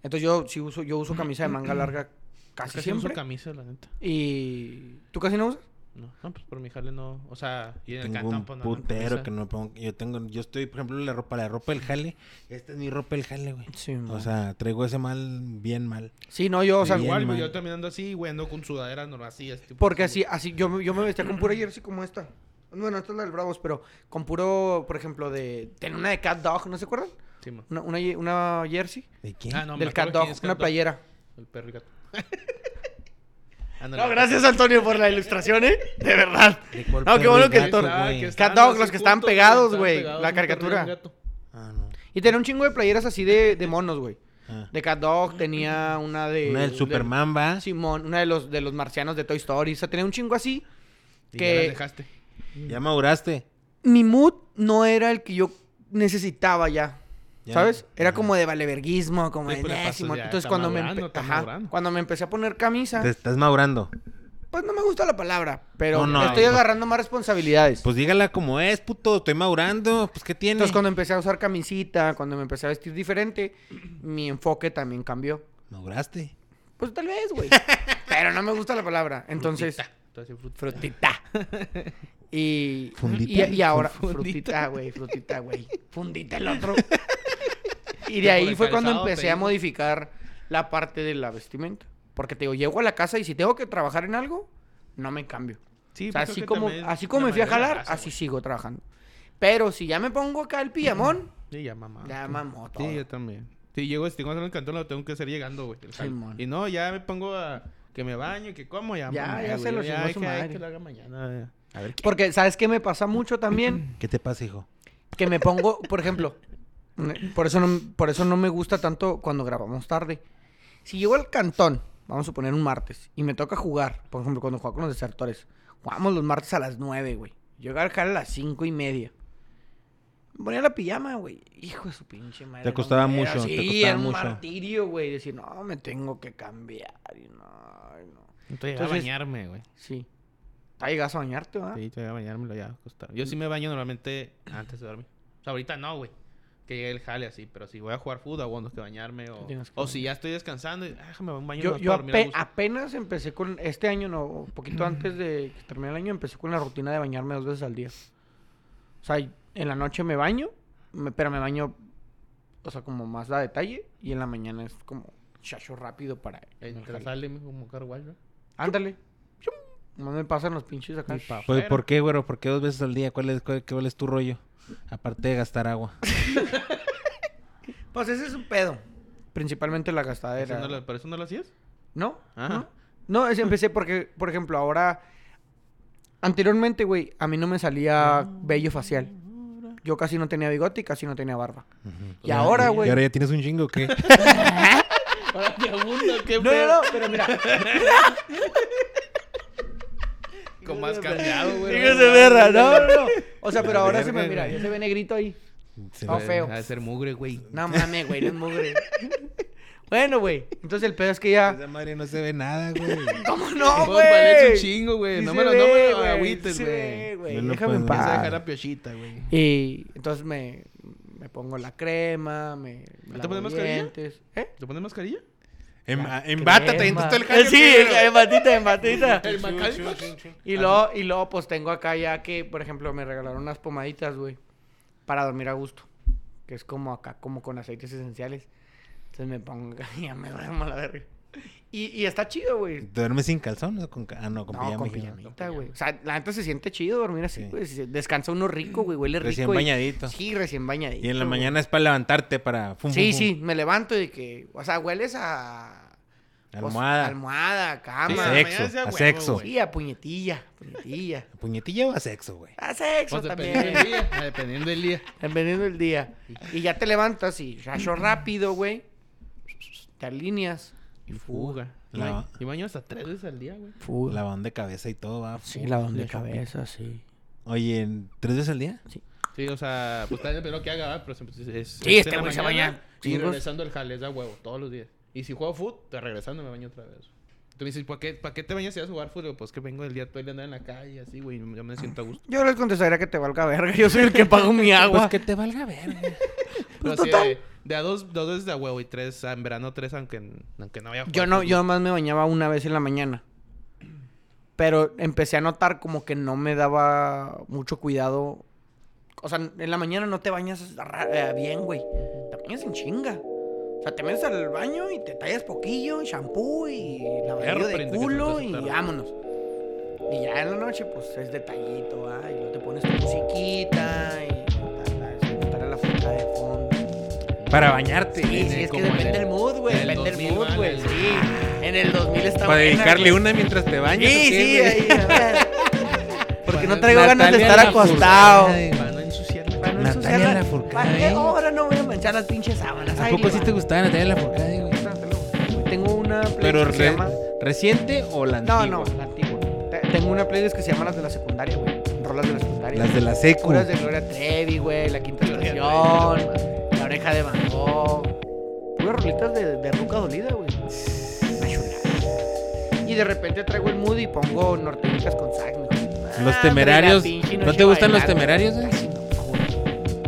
Entonces yo sí uso, yo uso camisa de manga larga casi, Casi no uso siempre. camisa, la neta. y. ¿Tú casi no usas? No, no, pues por mi jale no. O sea, y en el Tengo cantón, un pues no, no, putero camisa. que no pongo. Yo tengo, yo estoy, por ejemplo, la ropa, la ropa del jale. Esta es mi ropa del jale, güey. Sí, O sea, traigo ese mal, bien mal. Sí, no, yo, o sea, bien, Igual, güey, man. yo terminando así, güey, ando con sudaderas no así. este tipo Porque así, así, así, yo, me- yo me vestía con pura jersey como esta. Bueno, esta es la del Bravos, pero con puro, por ejemplo, de. Tenía una de Cat Dog, ¿no se acuerdan? güey. Sí, man. Una, una, ye- una jersey ¿De quién? Ah, no, me ¿eh? del Cat acuerdo Dog, quién es Cat una Dog. playera. El perro y gato. Ándale, gato. No, gracias Antonio por la ilustración, ¿eh? De verdad. ¿De cuál No, qué perro bueno y que gato, Antonio- güey? Cat estaban Dog, así los que estaban juntos, pegados, estaban güey, pegados, la un perro y un caricatura. gato. Ah, no. Y tenía un chingo de playeras así de, de monos, güey. Ah. De Cat Dog, tenía una de. Una del de- Superman, va. Simón, una de los, de los marcianos de Toy Story. O sea, tenía un chingo así. Y Que- ya las dejaste. Ya maduraste. mi mood no era el que yo necesitaba ya. Ya. ¿Sabes? Era Ajá. como de valeverguismo, como Sí, de pues, le pasó "Nésimo". ya, Entonces está cuando me, madurando, empe- está ajá, madurando. cuando me empecé a poner camisa, Te estás madurando. pues no me gusta la palabra, pero No, no, estoy no. agarrando más responsabilidades. Pues dígala como es, puto. Estoy madurando. Pues, ¿qué tiene? Entonces cuando empecé a usar camisita, cuando me empecé a vestir diferente, mi enfoque también cambió. Maduraste. Pues tal vez, güey. pero no me gusta la palabra. Entonces, Entonces, fruta. frutita. Y, Fundita. y, y ahora, Fundita. frutita, güey, frutita, güey. Fundita el otro. Y de por ahí el fue cuando calzado te empecé a digo. modificar la parte de la vestimenta. Porque te digo, llego a la casa y si tengo que trabajar en algo, no me cambio. Sí, o sea, pues, creo así que como, también así la como me fui a mayoría de la jalar, raza, así güey. sigo trabajando. Pero si ya me pongo acá el pijamón, Sí, ya mamá. ya mamó todo. Sí, yo también. Sí, llego, si tengo que hacer el cantón, lo tengo que hacer llegando, güey. el jale. Simón. y no, ya me pongo a... que me baño, que como, ya. Ya, mamá, ya se güey, lo chingó ay, su que- ay, madre. que lo haga mañana. eh. A ver, ¿qué, Porque, ¿sabes qué me pasa mucho también? qué te pasa, hijo? Que me pongo, por ejemplo, mm, por eso, no, por eso no me gusta tanto cuando grabamos tarde. Si llego al cantón, vamos a suponer un martes, y me toca jugar, por ejemplo, cuando juego con los desertores, jugamos los martes a las 9, güey. Llegar al jale a las cinco y media. Me ponía la pijama, güey. Hijo de su pinche madre. Te no costaba me mucho, era- te Sí, costaba era un mucho. martirio, güey. Decir, no, me tengo que cambiar. Y no, y no. Entonces, a Entonces- Pues, ah. bañarme, güey. Sí. Ahí llegas a bañarte, ¿verdad? Sí, te voy a bañármelo ya acostado. Yo sí me baño normalmente antes de dormir. O sea, ahorita no, güey. Que llegue el jale así, pero si voy a jugar fútbol, bueno, es que bañarme. O, Tienes que o si ya estoy descansando, y, ah, déjame un baño. Yo, nomás yo para dormir a ape- ah. gusto. apenas empecé con este año, no, un poquito antes de que termine el año, empecé con la rutina de bañarme dos veces al día. O sea, en la noche me baño, me- pero me baño, o sea, como más a detalle, y en la mañana es como chacho rápido para. en el Entre jale. sale mijo, como carguayo. ¿no? Ándale. No me pasan los pinches acá. Pues, Fuera. ¿Por qué, güero? ¿Por qué dos veces al día? ¿Cuál es, cuál, cuál es tu rollo? Aparte de gastar agua. Pues ese es un pedo. Principalmente la Eso gastadera. no lo- ¿Pero eso no lo hacías? ¿No? Ajá. ¿No? No, es- empecé porque, por ejemplo, ahora. Anteriormente, güey, a mí no me salía vello facial. Yo casi no tenía bigote y casi no tenía barba. Y ahora, güey. ¿Y ahora ya tienes un chingo o qué? Ahora te abundo, qué No, no, pedo. no, pero mira. Como has cambiado, güey. Hijos de verga, no, no, no. O sea, pero ahora se me mira, ya se ve negrito ahí. Se No, ve- feo. Ha de ser mugre, güey. No mames, güey, no es mugre. Bueno, güey. Entonces el pedo es que ya. Esa madre no se ve nada, güey. ¿Cómo no, Vos vales güey? un chingo, güey. Sí No se me lo, no me ve, lo güey, agüites, sí se ve, güey. Yo güey. no Déjame en puedo. Vas Ya a se paz. dejar la piochita, güey. Y entonces me, me pongo la crema, me te lavo pones mascarilla? dientes. ¿Eh? ¿Te pones mascarilla? En, La en bata te crema. aventas todo el jale, Eh, Sí, ¿o qué, en batita, en batita. El Macalí. güey? Chun, chun, chun. Ah, Y luego, y luego, pues tengo acá ya que, por ejemplo, me regalaron unas pomaditas, güey, para dormir a gusto. Que es como acá, como con aceites esenciales. Entonces me pongo acá y ya me duermo a la verga. Y, y está chido, güey. ¿Duermes sin calzón o con ca- Ah, no, con No, pijama. con hijo. pijamita, güey. O sea, la neta se siente chido dormir así, Sí. güey. Se- Descansa uno rico, güey. Huele rico. Recién y- bañadito. Sí, recién bañadito. Y en la güey. mañana es para levantarte para... fum, Sí, fum, sí, fum. me levanto y de que, o sea, hueles a... pues, Almohada. almohada, Sí, cama. sexo, a mañana Ah, sea a huevo, sexo. güey. Sí, a puñetilla, puñetilla. ¿Puñetilla o a sexo, güey? A sexo Pues dependiendo del también. día. ah, Dependiendo del día. Dependiendo del día. Y ya te levantas y rayo rápido, güey. Te alineas. Y fuga. Y La- baño- Y baño hasta tres veces al día, güey. Fuga. Lavón de cabeza y todo, va. Sí, fum. lavón de cabeza, sí. Oye, ¿en- ¿tres veces al día? Sí, o sea, pues tal vez lo que haga, ¿verdad? pero siempre es- es. Sí, es este en la güey se mañana baña Y chingos. regresando al jale, es a huevo, todos los días. Y si juego fútbol, te regresando me baño otra vez. Tú me dices, ¿para qué, ¿para qué te bañas si vas a jugar fútbol? Pues que vengo el día todo el día andar en la calle, así, güey, yo me siento a gusto. Yo les contestaría que te valga verga. Yo soy el que pago mi agua. Pues que te valga ver. Pero así de, de a dos, dos veces de a huevo y tres, ah, en verano tres, aunque, aunque no vaya a jugar Yo no, fútbol. yo nomás me bañaba una vez en la mañana. Pero empecé a notar como que no me daba mucho cuidado. O sea, en la mañana no te bañas ra- eh, bien, güey. Te bañas en chinga. O sea, te metes al baño y te tallas poquillo, shampoo y lavadillo Perro, de prende que se culo te hace y tarde. vámonos. Y ya en la noche, pues, es detallito, ¿ah? Y luego te pones tu musiquita y... Estar la fruta de fondo. Para bañarte. Sí, sí, es que como depende en el- del mood, güey. en el Depende del 2000 mood, van güey. al- Sí. En el 2000 estaba. Para buena, dedicarle güey. una mientras te bañas. Sí, ¿o qué, sí, güey? ahí. Porque no Para traigo ganas de Natalia estar Lafourcade. acostado. Para no ensuciar la Para no Natalia ensuciarla. Lafourcade. ¿Para qué ahora no voy a manchar las pinches sábanas? ¿A Ahí poco le sí va. te gustaba Natalia Lafourcade, güey? Tengo una playlist Pero que se re- llama... reciente o la No, antigua? no, la antigua. Te- Tengo una playlist que se llama las de la secundaria, güey. Rolas de la secundaria. Las de la secu. Curas de Gloria Trevi, güey. La Quinta Gloria Estación. Trevi. La Oreja de Van Gogh. Puras rolitas de, de ruca dolida, güey. Una chulada. Y de repente traigo el mood y pongo norteñitas con sax. ¿no? Los Ah, temerarios. hombre, la pinche ¿No noche te gustan los bailar, temerarios, güey? Casi no, güey.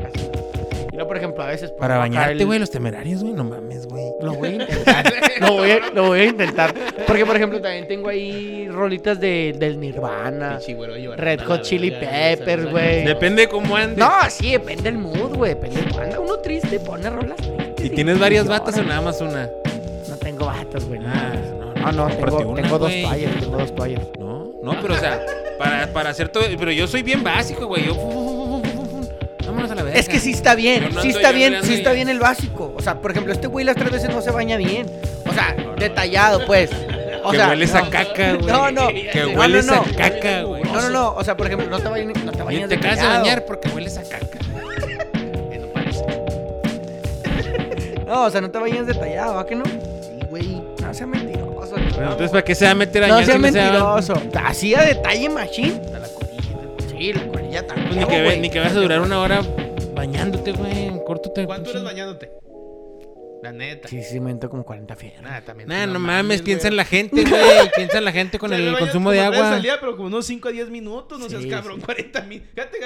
Casi no. Y luego, por ejemplo, a veces... Para pongo acá bañarte, el- güey, los temerarios, güey. No mames, güey. Lo voy a intentar. lo, voy a, lo voy a intentar. Porque, por ejemplo, también tengo ahí rolitas de, del Nirvana. Pinche güero llorando, Ah. Red la Hot verga, Chili ya, ya, Peppers, ya, güey. ya. Depende cómo andes. No, sí, depende del mood, güey. Depende de cuando uno triste pone rolas tristes. ¿Y tienes varias llora. batas o nada más una? No tengo batas, güey. Ah, no, no, no, no, cómprate tengo, una, tengo dos güey. toallas, tengo dos toallas. No, no, pero o sea, para, para hacer todo. Pero yo soy bien básico, güey. Yo. fu- fu- fu- fu- fu- fu- Vámonos a la verga. Es que sí está Yo bien, no ando sí está yo bien, mirando sí y- está bien el básico. O sea, por ejemplo, este güey las tres veces no se baña bien. O sea, detallado, pues. O que sea, hueles no. a caca, güey. No, no. Que No, hueles no, no. a caca, güey. No, no, no. O sea, por ejemplo, no te bañes, no te Oye, bañes te de acabas de peinado. bañar porque hueles a caca. No, o sea, no te bañes detallado, ¿a que no? Sí, güey. No sea mentiroso. Bueno, entonces, ¿para qué se va a meter a No bañar sea si no se va- mentiroso. Así a detalle, machín. Sí, la colilla también. Pues ni, que ve- güey. ni que vas a durar una hora bañándote, güey. Córtate. ¿Cuánto pinche- eres bañándote? La neta. Sí, sí, me entro como 40 fieras. Nada, también. Nah, no, No mames, piensa güey. en la gente, güey. piensa en la gente con O sea, yo el me baño consumo de como tres agua. al día, pero como unos 5 a 10 minutos, no seas Sí, cabrón, 40 mil. Fíjate,